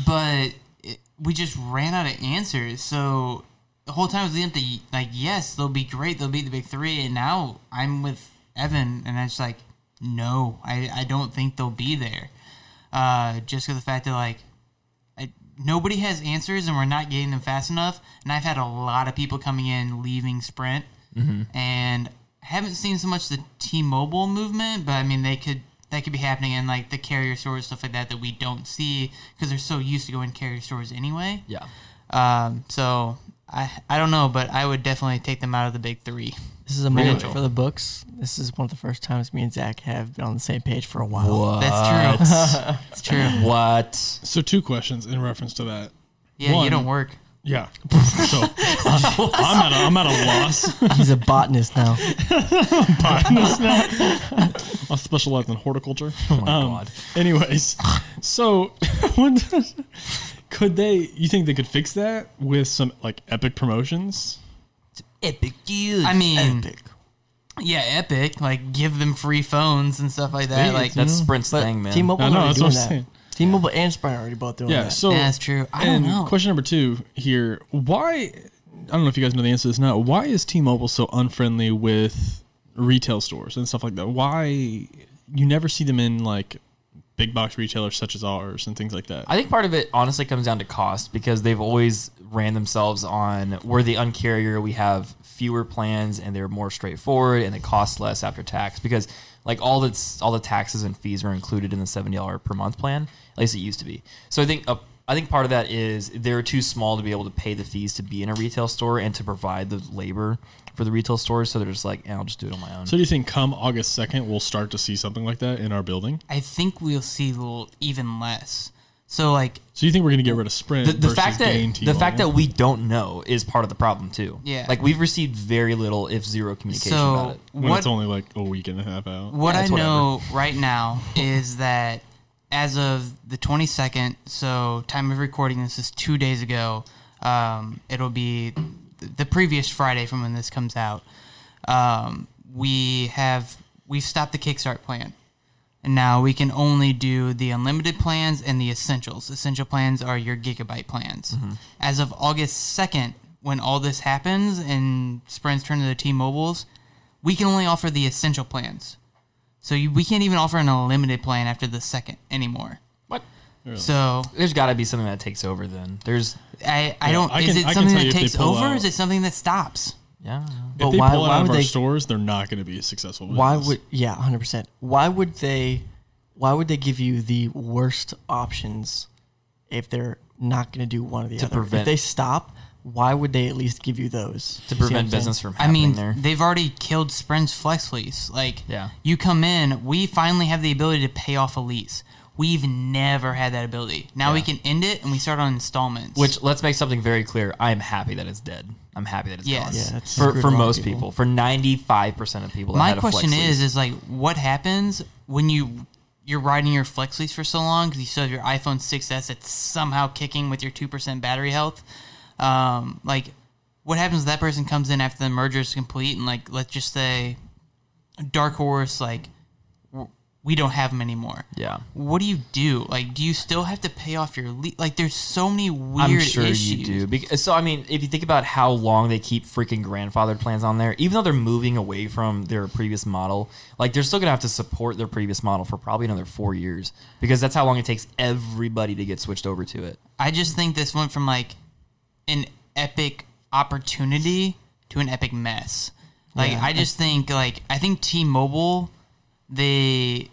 C: but it, we just ran out of answers. So the whole time it was leading up to like, yes, they'll be great. They'll be the big three. And now I'm with Evan, and I'm just like, no, I, I don't think they'll be there. Uh, just because the fact that like I, nobody has answers and we're not getting them fast enough. And I've had a lot of people coming in leaving Sprint, and I haven't seen so much the T-Mobile movement, but I mean they could that could be happening in like the carrier stores stuff like that that we don't see because they're so used to going to carrier stores anyway.
A: Yeah.
C: Um, so I I don't know, but I would definitely take them out of the big three.
B: this is a moment
C: Really?
B: for the books. This is one of the first times me and Zach have been on the same page for a while.
C: That's true. it's true.
A: What?
D: so two questions in reference to that.
C: Yeah,
D: One-
C: you don't work.
D: Yeah. so I'm, I'm at a, I'm at a loss.
B: He's a botanist now.
D: I specialize in horticulture.
A: Oh
D: Um,
A: my god.
D: Anyways, so what does- could they? You think they could fix that with some like epic promotions?
A: Epic deals.
C: I mean,
B: Epic.
C: yeah, Epic. Like, give them free phones and stuff like that.
D: Please,
C: Like,
A: that's Sprint's
B: But
A: thing, man.
B: T-Mobile
D: I know,
B: already
D: that's
B: doing
D: what I'm
B: that.
D: saying.
B: T-Mobile and Sprint are already both doing
D: Yeah.
B: that.
D: So
C: Yeah, that's true. I don't
D: and
C: know.
D: Question number two here: Why? I don't know if you guys know the answer to this now. Why is T-Mobile so unfriendly with retail stores and stuff like that? Why you never see them in like big box retailers such as ours and things like that?
A: I think part of it honestly comes down to cost because they've always ran themselves on we're the uncarrier, we have fewer plans and they're more straightforward and they cost less after tax because like all that's all the taxes and fees were included in the seventy dollar per month plan. At least it used to be. So I think a, I think part of that is they're too small to be able to pay the fees to be in a retail store and to provide the labor for the retail stores. So they're just like, eh, I'll just do it on my own.
D: so do you think come August second we'll start to see something like that in our building?
C: I think we'll see little, even less. So, like,
D: So you think we're going to get rid of Sprint?
A: the, the
D: versus
A: fact that
D: gain
A: the
D: T-Mobile?
A: fact that we don't know is part of the problem too.
C: Yeah.
A: like we've received very little, if zero, communication about
C: so
A: it.
D: when
C: what
D: it's only like a week and a half out.
C: what
A: Yeah,
C: I
A: it's whatever.
C: know right now is that as of the 22nd, so time of recording this is two days ago. Um, it'll be th- the previous Friday from when this comes out. Um, we have we've stopped the Kickstart plan, and now we can only do the unlimited plans and the essentials. Essential plans are your gigabyte plans.
A: Mm-hmm.
C: As of August 2nd, when all this happens and Sprint's turn to the T-Mobiles, we can only offer the essential plans. So you, we can't even offer an unlimited plan after the second anymore.
A: What?
C: So
A: There's got to be something that takes over. Then there's
C: I, I don't.
D: I
C: is
D: can- I
C: it
D: can
C: something
D: tell you
C: that
D: if they
C: takes
D: pull
C: over? Or is
D: out-
C: it something that stops?
A: yeah.
B: But
D: if they
B: why-
D: pull it
B: why
D: out of
B: would they-
D: our stores, they're not going to be a successful. Business.
B: Why would yeah, hundred percent. Why would they? Why would they give you the worst options if they're not going to do one or the other?
A: prevent-
B: if they stop, why would they at least give you those
A: To
B: You
A: prevent
B: see what I'm saying?
A: business from
C: I
A: happening
C: mean,
A: there.
C: they've already killed Sprint's flex lease. Like,
A: Yeah.
C: you come in, we finally have the ability to pay off a lease. We've never had that ability. Now we can end it and we start on installments.
A: Which let's make something very clear. I am happy that it's dead. I'm happy that it's
C: Yes.
A: gone.
C: Yeah,
B: that's
A: for
B: screwed
A: for
B: a lot of
A: most people.
B: people.
A: for 95 percent of people. that
C: my
A: had a flex
C: question
A: lease.
C: is is like what happens when you you're riding your flex lease for so long because you still have your iphone 6s that's somehow kicking with your 2% battery health um, like what happens if that person comes in after the merger is complete and like let's just say dark horse like w- we don't have them anymore
A: yeah.
C: what do you do like do you still have to pay off your lease like there's so many weird
A: I'm sure
C: issues
A: you do. Because, so I mean, if you think about how long they keep freaking grandfathered plans on there, even though they're moving away from their previous model, like they're still gonna have to support their previous model for probably another four years because that's how long it takes everybody to get switched over to it.
C: I just think this went from like an epic opportunity to an epic mess. Like I just think like I think T-Mobile they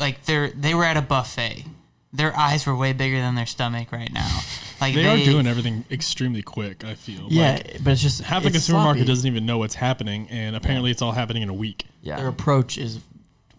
C: like they're they were at a buffet. Their eyes were way bigger than their stomach right now. Like
D: They, are doing everything extremely quick. I feel.
B: Yeah,
D: Like,
B: but it's just
D: half the
B: it's
D: consumer market
B: sloppy.
D: doesn't even know what's happening, and apparently it's all happening in a week.
A: Yeah.
B: Their approach is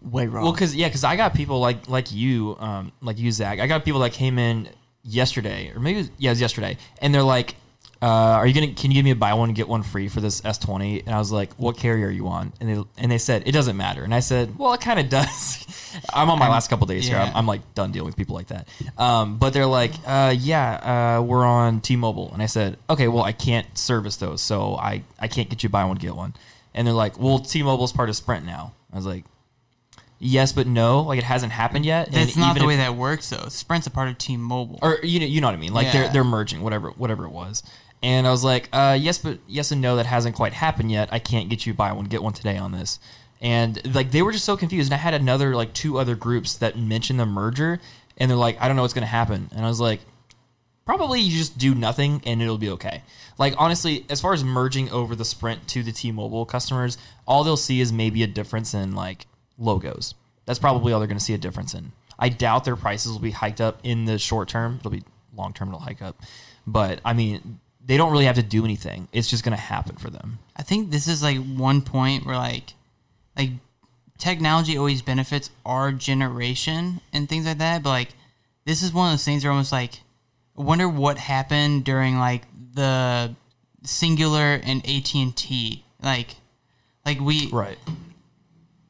B: way wrong.
A: Well, because yeah, because I got people like like you, um, like you, Zach. I got people that came in yesterday, or maybe it was- yeah, it was yesterday, and they're like, uh, "Are you gonna? Can you give me a buy one get one free for this S 20 And I was like, "What carrier are you on?" And they and they said it doesn't matter. And I said, "Well, it kind of does." I'm on my last couple days here.
C: yeah.
A: I'm, I'm like done dealing with people like that. Um, but they're like, uh, "Yeah, uh, we're on T-Mobile," and I said, "Okay, well, I can't service those, so I I can't get you buy one get one." And they're like, "Well, T-Mobile's part of Sprint now." I was like, yes but no like it hasn't happened yet and
C: That's not
A: even
C: the
A: if-
C: way that works though. Sprint's a part of Team Mobile.
A: or you know you know what i mean like they're
C: Yeah.
A: they're merging whatever whatever it was and i was like uh yes but yes and no that hasn't quite happened yet i can't get you buy one get one today on this and like they were just so confused and i had another like two other groups that mentioned the merger and they're like i don't know what's going to happen and i was like probably you just do nothing and it'll be okay. Like honestly, as far as merging over the Sprint to the T-Mobile customers, all they'll see is maybe a difference in like logos. That's probably all they're going to see a difference in. I doubt their prices will be hiked up in the short term. It'll be long term it'll hike up. But I mean, they don't really have to do anything. It's just going to happen for them.
C: I think this is like one point where like like technology always benefits our generation and things like that, but like this is one of those things where almost like I wonder what happened during like the singular and AT&T like like we
A: Right.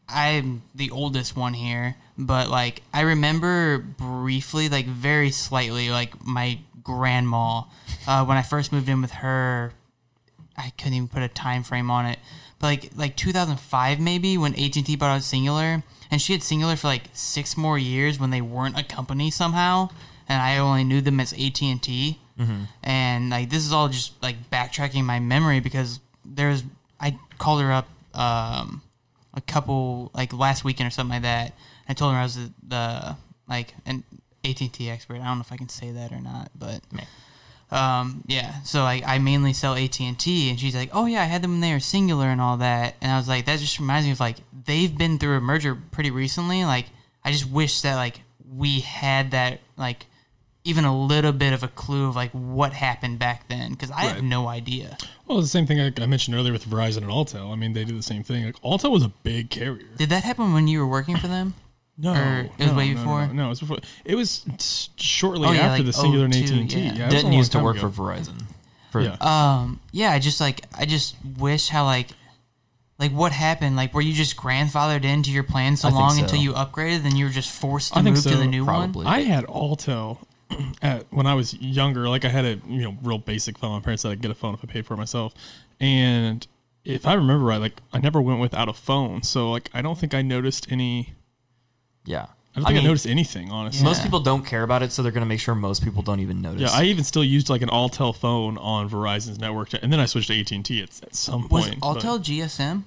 C: I'm the oldest one here, but like I remember briefly, like very slightly, like my grandma uh, when I first moved in with her. I couldn't even put a time frame on it, but like like 2005 maybe when AT and T bought out Singular, and she had Singular for like six more years when they weren't a company somehow, and I only knew them as AT and T. And like this is all just like backtracking my memory because there's I called her up. Um, a couple like last weekend or something like that. I told her I was the, the like an AT and T expert. I don't know if I can say that or not, but um, yeah. So like I mainly sell AT and T, and she's like, "Oh yeah, I had them when they were singular and all that." And I was like, "That just reminds me of like they've been through a merger pretty recently. Like I just wish that like we had that like." Even a little bit of a clue of like what happened back then, because I have
D: Right.
C: no idea.
D: Well, it's the same thing I, I mentioned earlier with Verizon and Altel. I mean, they do the same thing. Like Altel was a big carrier.
C: Did that happen when you were working for them?
D: No,
C: Or it was
D: no,
C: way
D: no, no,
C: before?
D: No, no, it was before. It was s- shortly
C: Oh, yeah,
D: after
C: like
D: the singular and
C: 02,
D: AT and T.
C: yeah.
D: Yeah,
A: Denton used to work for Verizon. For
D: Yeah.
C: Um, yeah, I just like I just wish how like like what happened? Like were you just grandfathered into your plan so
A: I think
C: long
A: so.
C: until you upgraded, then you were just forced to
D: I think
C: move to
D: so,
C: the new
A: probably.
C: one?
D: I had Altel at, when I was younger. Like I had a you know real basic phone. My parents said I'd get a phone if I paid for it myself. And if I remember right, like I never went without a phone. So like I don't think I noticed any.
A: Yeah.
D: I don't think I, noticed anything honestly.
A: Most people don't care about it, so they're going to make sure most people don't even notice.
D: Yeah, I even still used like an Altel phone on Verizon's network, to- and then I switched to AT and T at, at some
C: Was
D: point. but- Uh,
C: Altel GSM?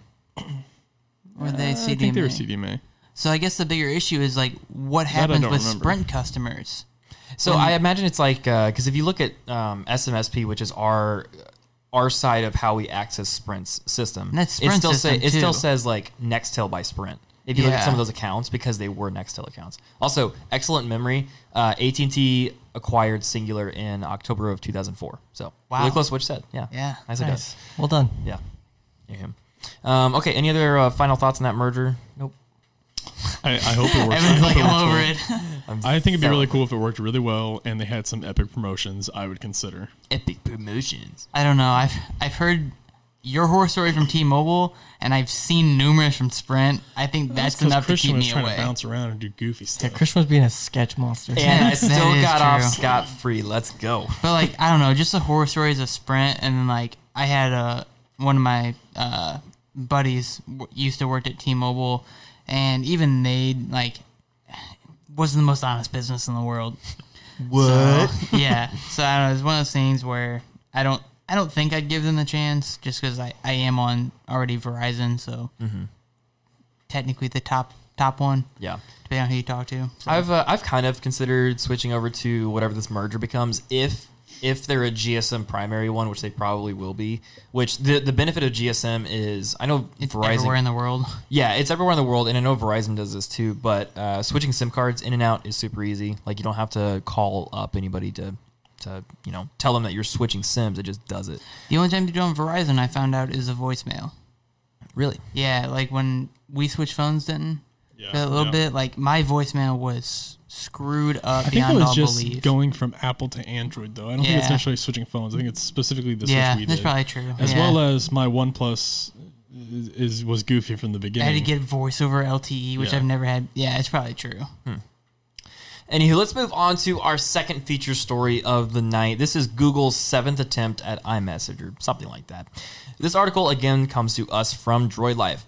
C: Or were they
D: I
C: CDMA?
D: think they were CDMA.
C: So I guess the bigger issue is like what happens
D: don't
C: with
D: remember.
C: Sprint customers.
A: So I imagine it's like because if you look at um, SMSP, which is our our side of how we access Sprint's system,
C: And that's
A: it
C: Sprint's
A: still say,
C: system,
A: it still
C: too.
A: says like Nextel by Sprint. If you look at
C: Yeah.
A: some of those accounts, because they were Nextel accounts. Also, excellent memory. Uh, AT and T acquired Singular in October of 2004. So really
C: Wow.
A: close to what you said. Yeah,
C: Yeah,
A: nicely
B: nice. Well done.
A: done. Yeah, you him. Um, okay, any other uh, final thoughts on that merger? Nope.
D: I, I hope it works.
C: Evan's
D: I
C: like
D: hope it
C: I'm
D: works
C: over
D: well.
C: it.
D: I think it'd be
A: So-
D: really cool if it worked really well and they had some epic promotions. I would consider.
A: Epic promotions.
C: I don't know. I've I've heard your horror story from T-Mobile, and I've seen numerous from Sprint. I think that's,
D: 'cause
C: enough
D: Christian
C: to keep
D: was
C: me
D: trying
C: away.
D: to bounce around and do goofy stuff.
B: Yeah, Christian was being a sketch monster.
A: And I
C: That
A: still
C: is
A: got off
C: true.
A: scot free. Let's go.
C: But like I don't know, just the horror stories of Sprint, and then like I had a one of my uh, buddies w- used to work at T-Mobile, and even they like wasn't the most honest business in the world. What? yeah. So I don't know. It's one of those things where I don't I don't think I'd give them the chance just because I I am on already Verizon, so
D: Mm-hmm.
C: technically the top top one
A: Yeah.
C: depending on who you talk to. So.
A: I've uh, I've kind of considered switching over to whatever this merger becomes if if they're a GSM primary one, which they probably will be. Which the the benefit of GSM is, I know Verizon.
C: everywhere in the world.
A: Yeah, it's everywhere in the world, and I know Verizon does this too. But uh, switching SIM cards in and out is super easy. Like you don't have to call up anybody to, to you know, tell them that you're switching SIMs. It just does it.
C: The only time to do on Verizon, I found out, is a voicemail.
A: Really?
C: Yeah, like when we switched phones, didn't
D: Yeah,
C: for a little
D: yeah.
C: bit. Like my voicemail was screwed up
D: I think
C: beyond
D: that was
C: all
D: just
C: belief.
D: going from Apple to Android, though. I don't think it's
C: Yeah.
D: actually switching phones. I think it's specifically the
C: yeah,
D: switch we
C: that's
D: did.
C: probably true.
D: As
C: yeah.
D: well as my OnePlus is, is was goofy from the
C: I
D: beginning.
C: had to get voice over LTE, which
D: Yeah.
C: I've never had. Yeah, it's probably true.
A: Anywho, let's move on to our second feature story of the night. This is Google's seventh attempt at iMessage or something like that. This article again comes to us from Droid Life.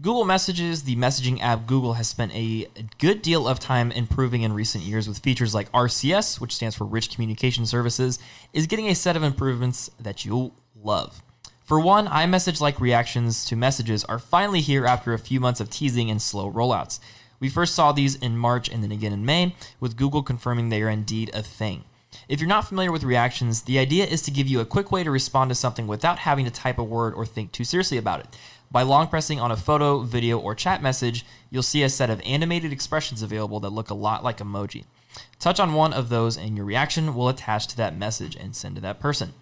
A: Google Messages, the messaging app Google has spent a good deal of time improving in recent years with features like RCS, which stands for Rich Communication Services, is getting a set of improvements that you'll love. For one, iMessage like reactions to messages are finally here after a few months of teasing and slow rollouts. We first saw these in March and then again in May, with Google confirming they are indeed a thing. If you're not familiar with reactions, the idea is to give you a quick way to respond to something without having to type a word or think too seriously about it. By long pressing on a photo, video, or chat message, you'll see a set of animated expressions available that look a lot like emoji. Touch on one of those, and your reaction will attach to that message and send to that person.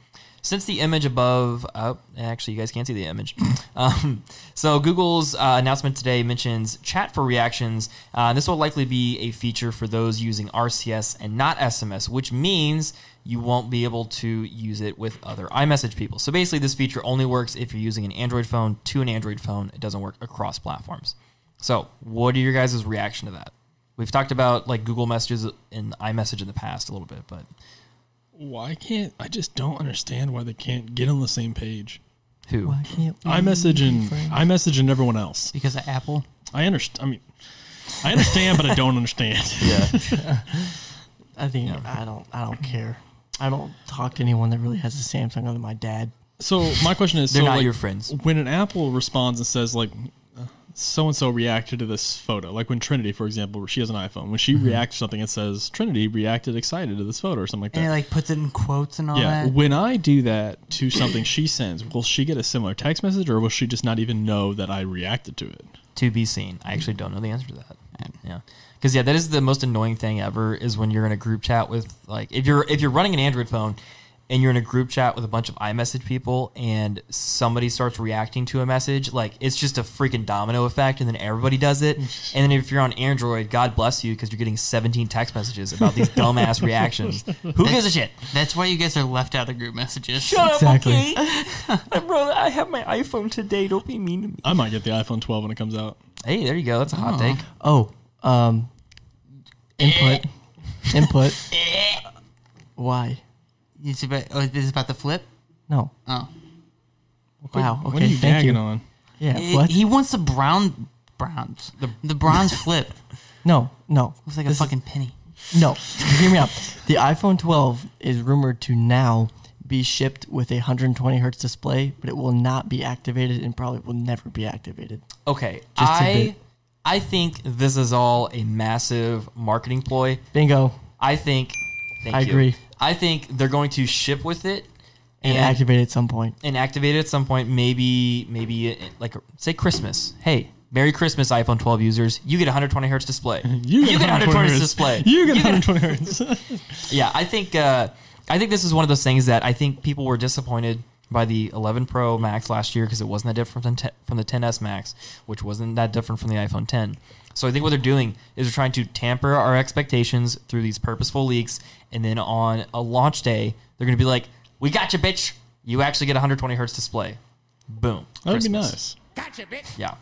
A: Since the image above, uh, actually, you guys can't see the image. Um, so Google's uh, announcement today mentions chat for reactions. Uh, this will likely be a feature for those using RCS and not SMS, which means you won't be able to use it with other iMessage people. So basically, this feature only works if you're using an Android phone to an Android phone. It doesn't work across platforms. So, what are your guys' reaction to that? We've talked about like Google Messages and iMessage in the past a little bit, but
D: Why can't I just don't understand why they can't get on the same page?
A: who?
B: Why can't we
A: Mm-hmm.
D: iMessage
B: be
D: and
B: friends?
D: iMessage and everyone else.
C: Because of Apple.
D: I understand. I mean, I understand, but I don't understand.
A: Yeah.
B: I think I don't. I don't care. I don't talk to anyone that really has a Samsung other than my dad.
D: So my question is,
A: They're
D: so,
A: not
D: like,
A: your friends.
D: When an Apple responds and says like, "So and so reacted to this photo," like when Trinity, for example, she has an iPhone, when she
A: Mm-hmm.
D: reacts to something, it says Trinity reacted excited to this photo or something like
C: And
D: that.
C: it like puts it in quotes and all
D: yeah,
C: that.
D: when I do that to something she sends, will she get a similar text message, or will she just not even know that I reacted to it?
A: to be seen. I actually don't know the answer to that. Yeah, because yeah, that is the most annoying thing ever is when you're in a group chat with like if you're if you're running an Android phone and you're in a group chat with a bunch of iMessage people and somebody starts reacting to a message, like it's just a freaking domino effect, and then everybody does it. And then if you're on Android, God bless you because you're getting 17 text messages about these dumbass reactions. Who gives a shit?
C: That's why you guys are left out of group messages.
B: Exactly.
A: I, bro, I have my iPhone today. Don't be mean to me.
D: I might get the iPhone 12 when it comes out.
A: Hey, there you go. That's a hot take.
B: Oh, um, input, input. Why?
C: It's about, oh, this is about the flip?
B: No.
C: Oh.
B: Wow.
D: what are
B: Okay.
D: you
B: Thank
D: gagging
B: you.
D: on?
B: Yeah.
C: He-
B: What?
C: He wants the brown, browns. The, the bronze flip.
B: No. No.
C: Looks like
B: This
C: a
B: is-
C: fucking penny.
B: No, hear me out. The iPhone 12 is rumored to now be shipped with a 120 hertz display, but it will not be activated and probably will never be activated.
A: Okay,
B: Just a
A: I
B: bit.
A: I think this is all a massive marketing ploy.
B: Bingo.
A: I think. Thank
B: I
A: you.
B: agree.
A: I think they're going to ship with it
B: And activate at some point.
A: and activate it at some point. Maybe maybe it- like say Christmas. Hey. Merry Christmas, iPhone 12 users. You get 120 hertz display.
D: hertz.
A: display.
D: You get 120 hertz.
A: Yeah, I think uh, I think this is one of those things that I think people were disappointed by the 11 Pro Max last year because it wasn't that different than te- from the 10s Max, which wasn't that different from the iPhone 10. So I think what they're doing is they're trying to tamper our expectations through these purposeful leaks, and then on a launch day, they're going to be like, "We got you, bitch! You actually get 120 hertz display. Boom!
D: That would be
A: Christmas.
D: nice.
A: Yeah."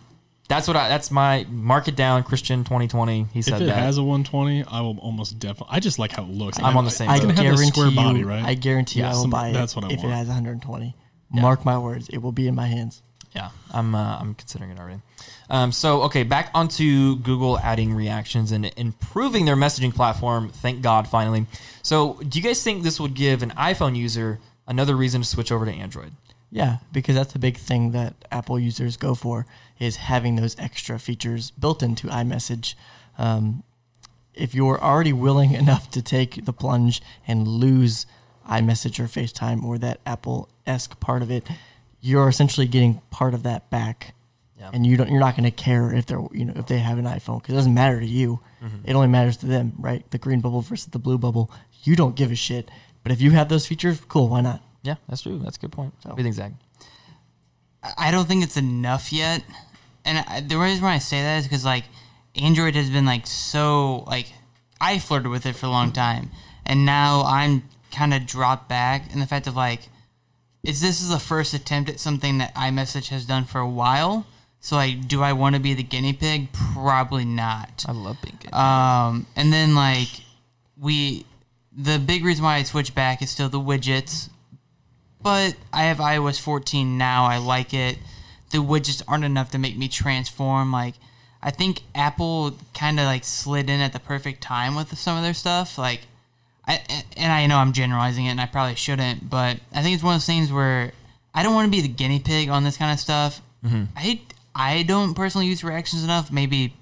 A: That's what I. That's my mark it down, Christian 2020. He
D: If
A: said
D: it
A: that.
D: has a 120, I will almost definitely. I just like how it looks.
A: I'm on the same
B: I
D: It's gonna
A: boat.
D: have a
B: guarantee
D: square
B: you,
D: body, right?
B: I guarantee
D: Yeah,
B: I will
D: some-
B: buy it
D: that's what I
B: if it
D: want.
B: has 120. Mark my words, it will be in my hands.
A: Yeah, I'm uh, I'm considering it already. Um, so okay, back onto Google adding reactions and improving their messaging platform. Thank God, finally. So, do you guys think this would give an iPhone user another reason to switch over to Android?
B: Yeah, because that's the big thing that Apple users go for is having those extra features built into iMessage. Um, if you're already willing enough to take the plunge and lose iMessage or FaceTime or that Apple esque part of it, you're essentially getting part of that back.
A: Yeah.
B: And you don't, you're not going to care if they're, you know, if they have an iPhone because it doesn't matter to you.
A: Mm-hmm.
B: It only matters to them, right? The green bubble versus the blue bubble. You don't give a shit. But if you have those features, cool. Why not?
A: Yeah, that's true. That's a good point. What do you think, Zach?
C: I don't think it's enough yet. And I, the reason why I say that is because like Android has been like so like I flirted with it for a long time, and now I'm kind of dropped back in the fact of like, is this is the first attempt at something that iMessage has done for a while? So like, do I want to be the guinea pig? Probably not.
A: I love being good.
C: Um, and then like we, the big reason why I switched back is still the widgets, but I have iOS 14 now. I like it. The widgets aren't enough to make me transform. Like I think Apple kind of like slid in at the perfect time with some of their stuff. Like I and I know I'm generalizing it, and I probably shouldn't, but I think it's one of those things where I don't want to be the guinea pig on this kind of stuff. I I don't personally use reactions enough. Maybe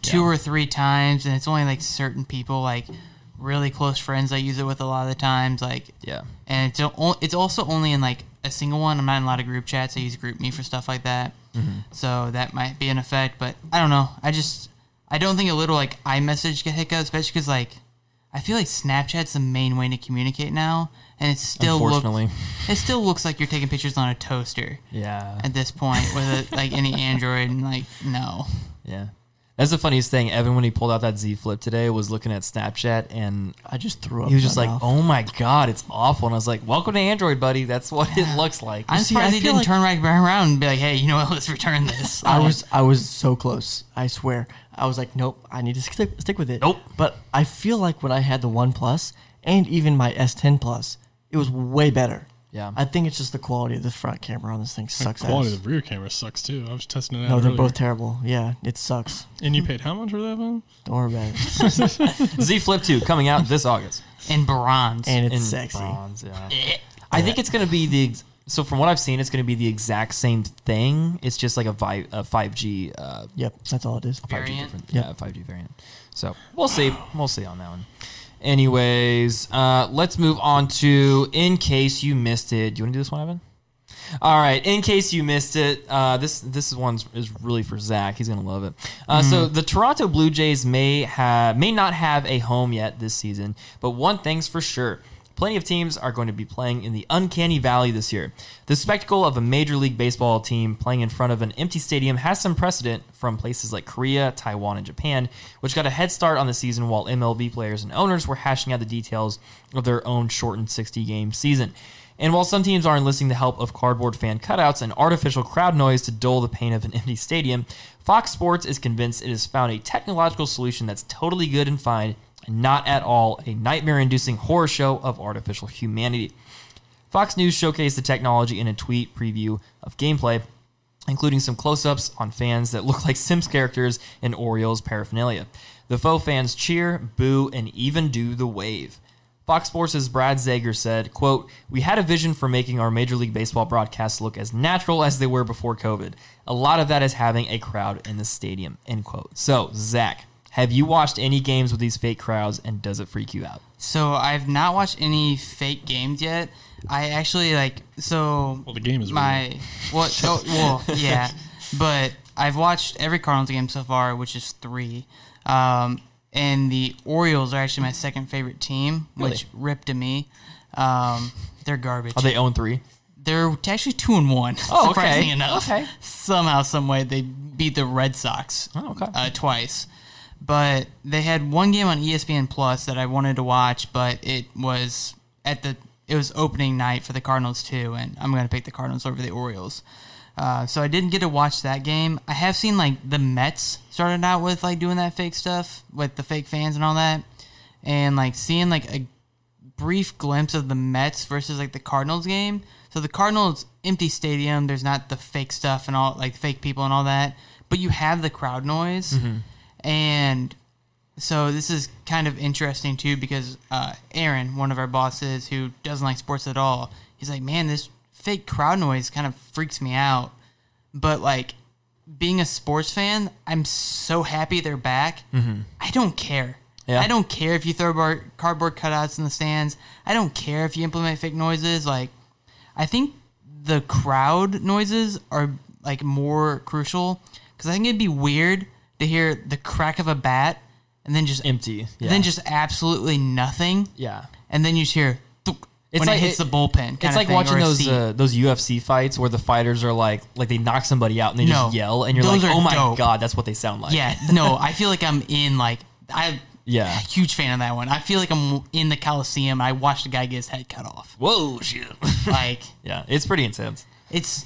C: two
A: Yeah.
C: or three times, and it's only like certain people, like really close friends, I use it with a lot of the times. Like,
A: yeah.
C: and it's o- it's also only in like a single one. I'm not in a lot of group chats. I use GroupMe for stuff like that,
B: Mm-hmm.
C: so that might be an effect. But I don't know. I just I don't think a little like iMessage get hiccup, especially because like I feel like Snapchat's the main way to communicate now, and it still
A: Unfortunately.
C: looks it still looks like you're taking pictures on a toaster
A: Yeah.
C: at this point with a, like any Android and like no.
A: Yeah. That's the funniest thing. Evan, when he pulled out that Z Flip today, was looking at Snapchat and
B: I just threw up.
A: he was just
B: my
A: like,
B: mouth.
A: oh my God, it's awful. And I was like, welcome to Android, buddy. That's what it looks like.
C: I'm
B: see,
C: surprised
B: I
C: he
B: feel
C: didn't
B: like-
C: turn right back around and be like, "Hey, you know what? Let's return this."
D: Uh-huh.
B: I was I was so close. I swear. I was like, nope. I need to stick, stick with it.
A: Nope.
B: But I feel like when I had the One Plus and even my S10 Plus, it was way better.
A: Yeah.
B: I think it's just the quality of the front camera on this thing sucks.
D: Quality
B: ass.
D: of the rear camera sucks too. I was testing it out.
B: no, they're
D: earlier.
B: both terrible. Yeah, it sucks.
D: And you paid how much for that one?
B: Don't worry about it.
A: Z Flip 2 coming out this August.
C: in bronze.
B: And it's
A: in
B: sexy.
A: bronze, yeah. I think it's going to be the. ex- So from what I've seen, it's going to be the exact same thing. It's just like a, vi- a 5G uh,
B: Yep, that's all it is.
A: 5G
C: Variant.
A: different,
B: Yep.
A: yeah, 5G variant. So we'll see. We'll see on that one. Anyways, uh, let's move on to in case you missed it. Do you want to do this one, Evan? All right. In case you missed it, uh, this this one is really for Zach. He's gonna love it. Uh, So the Toronto Blue Jays may have may not have a home yet this season, but one thing's for sure: plenty of teams are going to be playing in the uncanny valley this year. The spectacle of a Major League Baseball team playing in front of an empty stadium has some precedent from places like Korea, Taiwan, and Japan, which got a head start on the season while MLB players and owners were hashing out the details of their own shortened 60 game season. And while some teams are enlisting the help of cardboard fan cutouts and artificial crowd noise to dull the pain of an empty stadium, Fox Sports is convinced it has found a technological solution that's totally good and fine, and not at all a nightmare inducing horror show of artificial humanity. Fox News showcased the technology in a tweet preview of gameplay, including some close ups on fans that look like Sims characters in Orioles paraphernalia. The faux fans cheer, boo, and even do the wave. Fox Sports' Brad Zager said, quote, We had a vision for making our Major League Baseball broadcasts look as natural as they were before COVID. A lot of that is having a crowd in the stadium, end quote. So, Zach, have you watched any games with these fake crowds and does it freak you out?
C: So I've not watched any fake games yet. I actually like so.
D: Well, the game is
C: my what? Oh, well, yeah, but I've watched every Cardinals game so far, which is three. Um, and the Orioles are actually my second favorite team, which ripped to me. Um, they're garbage.
A: Are they 0 3?
C: They're actually two and one.
A: Oh, okay.
C: surprising enough.
A: Okay.
C: Somehow, some way, they beat the Red Sox
A: Oh, okay.
C: uh, twice. But they had one game on E ESPN Plus that I wanted to watch, but it was at the it was opening night for the Cardinals too, and I'm going to pick the Cardinals over the Orioles. Uh, so I didn't get to watch that game. I have seen like the Mets started out with like doing that fake stuff with the fake fans and all that, and like seeing like a brief glimpse of the Mets versus like the Cardinals game. So the Cardinals empty stadium. There's not the fake stuff and all like fake people and all that, but you have the crowd noise, and so this is kind of interesting too because uh, Aaron, one of our bosses who doesn't like sports at all, he's like, man, this fake crowd noise kind of freaks me out. But like being a sports fan, I'm so happy they're back. I don't care.
A: Yeah.
C: I don't care if you throw bar- cardboard cutouts in the stands. I don't care if you implement fake noises. Like, I think the crowd noises are like more crucial because I think it'd be weird to hear the crack of a bat and then just
A: Empty. Yeah.
C: then just absolutely nothing.
A: yeah.
C: and then you just hear thunk
A: It's
C: when
A: like-
C: it hits
A: it-
C: the bullpen. Kind
A: It's like watching those
C: Uh,
A: uh, those UFC fights where the fighters are like like they knock somebody out and they just
C: No.
A: yell and you're
C: Those
A: like
C: are
A: oh my
C: dope.
A: god that's what they sound like
C: yeah, no, I feel like I'm in like I.
A: Yeah.
C: huge fan of that one. I feel like I'm in the Coliseum. I watched a guy get his head cut off.
A: whoa shit
C: Like
A: yeah it's pretty intense
C: it's,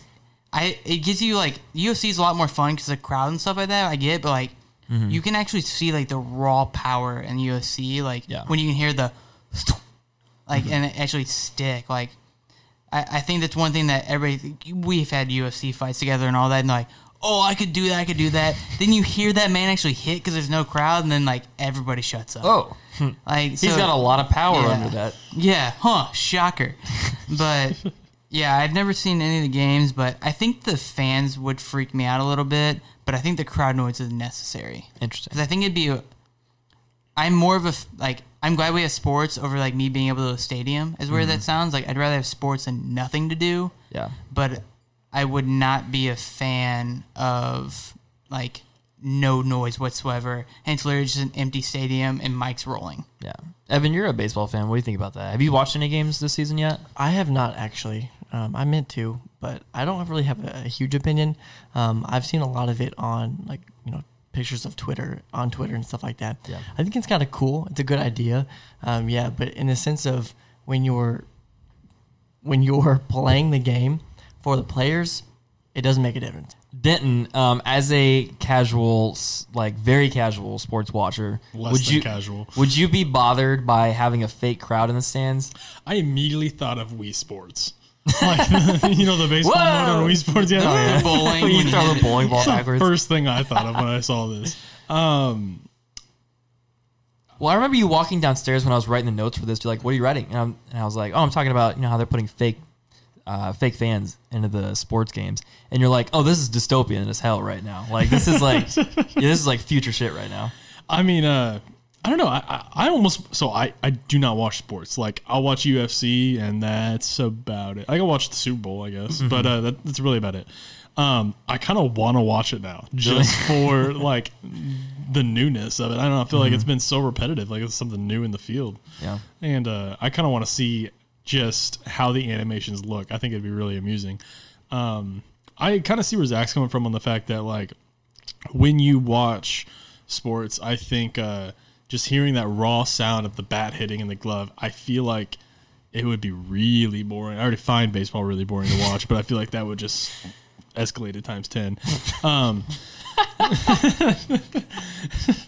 C: I it gives you like UFC is a lot more fun because the crowd and stuff like that. I get, but like
A: Mm-hmm.
C: you can actually see like the raw power in UFC. Like
A: Yeah. Mm-hmm.
C: when you can hear the, like and it actually stick. Like I, I think that's one thing that everybody we've had UFC fights together and all that, and like, oh, I could do that, I could do that. then you hear that man actually hit because there's no crowd, and then like everybody shuts up.
A: oh
C: like he's
A: he's got a lot of power
C: Yeah.
A: under that
C: yeah, huh? Shocker. But yeah, I've never seen any of the games, but I think the fans would freak me out a little bit. But I think the crowd noise is necessary
A: interesting
C: because I think it'd be. I'm more of a f- like. I'm glad we have sports over like me being able to go to a stadium. As
A: Mm-hmm.
C: weird as that sounds, like I'd rather have sports than nothing to do.
A: yeah
C: But I would not be a fan of like no noise whatsoever, and it's literally just an empty stadium and mics rolling.
A: yeah Evan you're a baseball fan what do you think about that have you watched any games this season yet
B: I have not actually. Um, I meant to, but I don't really have a, a huge opinion. Um, I've seen a lot of it on like you know pictures of Twitter on Twitter and stuff like that.
A: Yeah.
B: I think it's kind of cool. It's a good idea. Um, yeah, but in the sense of when you're when you're playing the game for the players, it doesn't make a difference.
A: Denton um, as a casual s- like very casual sports watcher
D: Less
A: would
D: than
A: you
D: casual.
A: would you be bothered by having a fake crowd in the stands
D: I immediately thought of Wii Sports. like, you know, the baseball
A: Whoa!
D: mode on Wii Sports. Yeah,
C: The
A: When
C: bowling.
A: Oh, you
C: when
A: throw
C: hit
A: the
C: it.
A: bowling ball
D: that's the
A: backwards
D: first thing I thought of when I saw this. Um,
A: Well, I remember you walking downstairs when I was writing the notes for this. You're like, "What are you writing?" And, I'm, and I was like, "Oh, I'm talking about you know how they're putting fake, uh, fake fans into the sports games." And you're like, "Oh, this is dystopian as hell right now. Like this is like, yeah, this is like future shit right now."
D: I mean, uh, I don't know. I, I, I almost so I, I do not watch sports. Like I'll watch UFC and that's about it. I can watch the Super Bowl, I guess, but uh, that, that's really about it. Um, I kind of want to watch it now just for like the newness of it. I don't know. I feel like it's been so repetitive. Like it's something new in the field.
A: Yeah,
D: and uh, I kind of want to see just how the animations look. I think it'd be really amusing. Um, I kind of see where Zach's coming from on the fact that like when you watch sports, I think uh, just hearing that raw sound of the bat hitting and the glove, I feel like it would be really boring. I already find baseball really boring to watch, but I feel like that would just escalate at times ten. Um,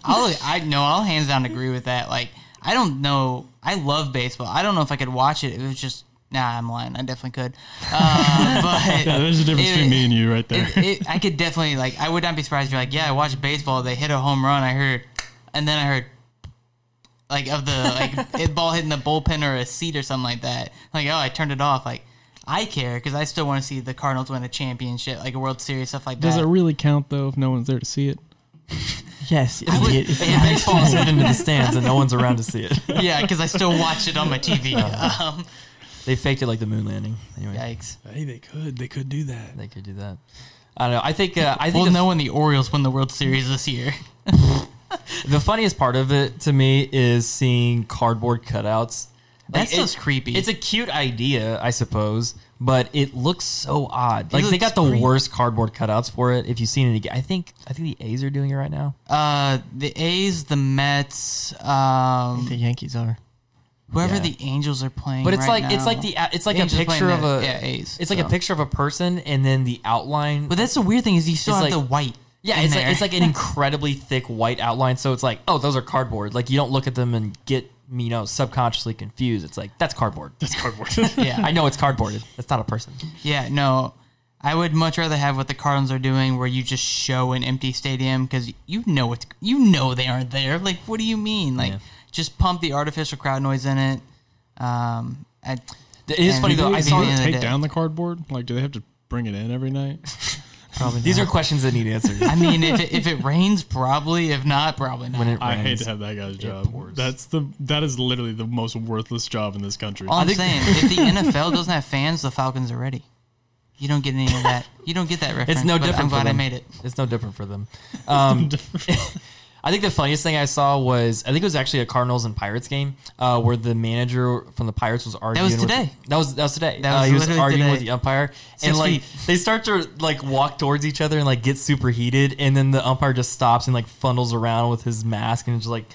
C: I'll, I no, I'll hands down agree with that. Like, I don't know. I love baseball. I don't know if I could watch it. It was just nah. I'm lying. I definitely could. Uh, but
D: yeah, there's a difference
C: it-
D: between me and you right there.
C: It, it, I could definitely like. I would not be surprised. if You're like, yeah, I watched baseball. They hit a home run. I heard, and then I heard, like of the like it ball hitting the bullpen or a seat or something like that. Like, oh, I turned it off. Like, I care because I still want to see the Cardinals win a championship, like a World Series, stuff like
D: Does
C: that.
D: it really count though if no one's there to see it?
B: Yes, idiot. If you
C: Yeah,
B: make-
C: baseball.
A: Set into the stands and no one's around to see it.
C: yeah, because I still watch it on my TV. Um,
A: They faked it like the moon landing. Anyway,
C: yikes.
D: Hey, they could. They could do that.
A: they could do that. I don't know. I think uh, I think
C: We'll
A: the-
C: know when the Orioles win the World Series this year.
A: the funniest part of it to me is seeing cardboard cutouts.
C: That's just creepy.
A: It's a cute idea, I suppose, but it looks so odd. Like they
C: looks
A: got the
C: creepy.
A: worst cardboard cutouts for it. If you've seen it again, I think I think the A's are doing it right now.
C: Uh, the A's, the Mets, um,
B: the Yankees are.
C: whoever
A: Yeah.
C: the Angels are playing.
A: But it's
C: right
A: like it's
C: now.
A: like the it's like a
C: The Angels are
A: picture
C: playing
A: of
C: the-
A: a
C: yeah A's.
A: it's like a
C: so.
A: picture of a person and then the outline.
C: But that's the weird thing is you still
A: It's
C: have
A: like-
C: the white.
A: yeah,
C: in
A: it's like
C: there.
A: it's like an incredibly thick white outline. So it's like oh, those are cardboard. Like you don't look at them and get you know subconsciously confused. It's like that's cardboard.
D: That's cardboard.
C: yeah,
A: I know it's cardboarded. That's not a person.
C: yeah. No, I would much rather have what the Cardinals are doing, where you just show an empty stadium because you know it's you know they aren't there. Like, what do you mean? Like,
A: Yeah.
C: just pump the artificial crowd noise in it. Um, I,
A: It is
C: And
A: funny
C: you
A: though. I
C: believe
A: saw
C: in
A: it.
C: it.
D: take
C: day.
D: down the cardboard? Like, do they have to bring it in every night?
B: Probably
A: These are
B: not.
A: questions that need answers.
C: I mean, if it, if it rains, probably. If not, probably not.
A: when it
D: I hate
A: rains.
D: to have that guy's job.
A: pours.
D: That's the that is literally the most worthless job in this country.
C: All I'm
A: think-
C: saying, if the NFL doesn't have fans, the Falcons are ready. You don't get any of that. You don't get that reference.
A: It's no
C: but
A: different.
C: I'm
A: for
C: glad I
A: them.
C: made it.
A: It's no different for them. Um, I think the funniest thing I saw was I think it was actually a Cardinals and Pirates game uh, where the manager from the Pirates was arguing.
C: was
A: with-
C: today.
A: that was that was today.
C: That
A: Uh,
C: was
A: he was
C: literally
A: arguing
C: today.
A: with the umpire, and
C: Six
A: like
C: feet.
A: they start to like walk towards each other and like get super heated, and then the umpire just stops and like funnels around with his mask and just like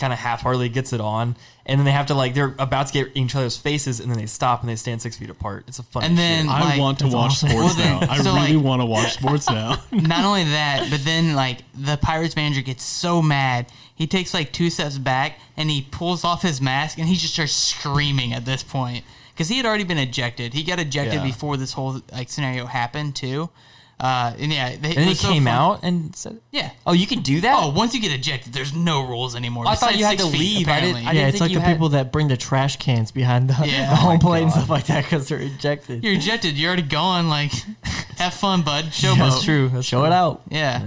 A: kind of half-heartedly gets it on, and then they have to like they're about to get in each other's faces, and then they stop and they stand six feet apart. It's a funny.
C: And
A: shit.
C: then-
D: I
C: like,
D: want to
C: that's
D: watch
C: awesome.
D: sports
C: Well, then,
D: now. I
C: so,
D: really
C: like-
D: want to watch sports now.
C: Not only that, but then like the Pirates manager gets so mad, he takes like two steps back and he pulls off his mask and he just starts screaming at this point because he had already been ejected. He got ejected
A: Yeah.
C: before this whole like scenario happened too. Uh, and yeah, they,
A: and then he came out and said,
C: Yeah.
A: "Oh, you can do that."
C: Oh, once you get ejected, there's no rules anymore.
A: I thought
C: besides
A: you had
C: six
A: to
C: feet,
A: leave. I didn't-
C: apparently.
A: I didn't-
B: Yeah, it's
A: think
B: like
A: you
B: the
A: had- Oh
B: people that bring the trash cans behind the,
C: Yeah.
B: the home
A: my
B: plate and
A: God.
B: stuff like that because they're ejected.
C: You're ejected. You're already gone. Like, have fun, bud. Showboat.
A: that's true. That's
B: Show
A: true.
B: it out.
C: Yeah.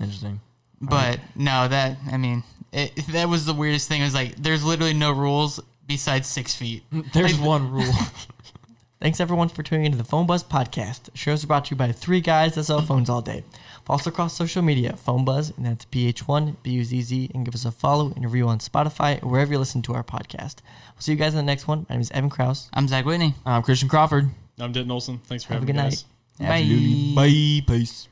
A: Interesting.
C: But no, that I mean, it, that was the weirdest thing. It was like there's literally no rules besides six feet.
A: There's one rule.
B: Thanks everyone for tuning into the Phone Buzz podcast. The show is brought to you by three guys that sell phones all day. Follow us across social media, Phone Buzz, and that's PH1 BUZZ, and give us a follow and review on Spotify or wherever you listen to our podcast. We'll see you guys in the next one. My name is Evan Kraus.
C: I'm Zach Whitney.
A: I'm Christian Crawford.
D: I'm Denton Olson. Thanks for
B: Have a
D: having
B: good
D: me,
B: night.
D: guys.
C: Bye.
A: Bye. Peace.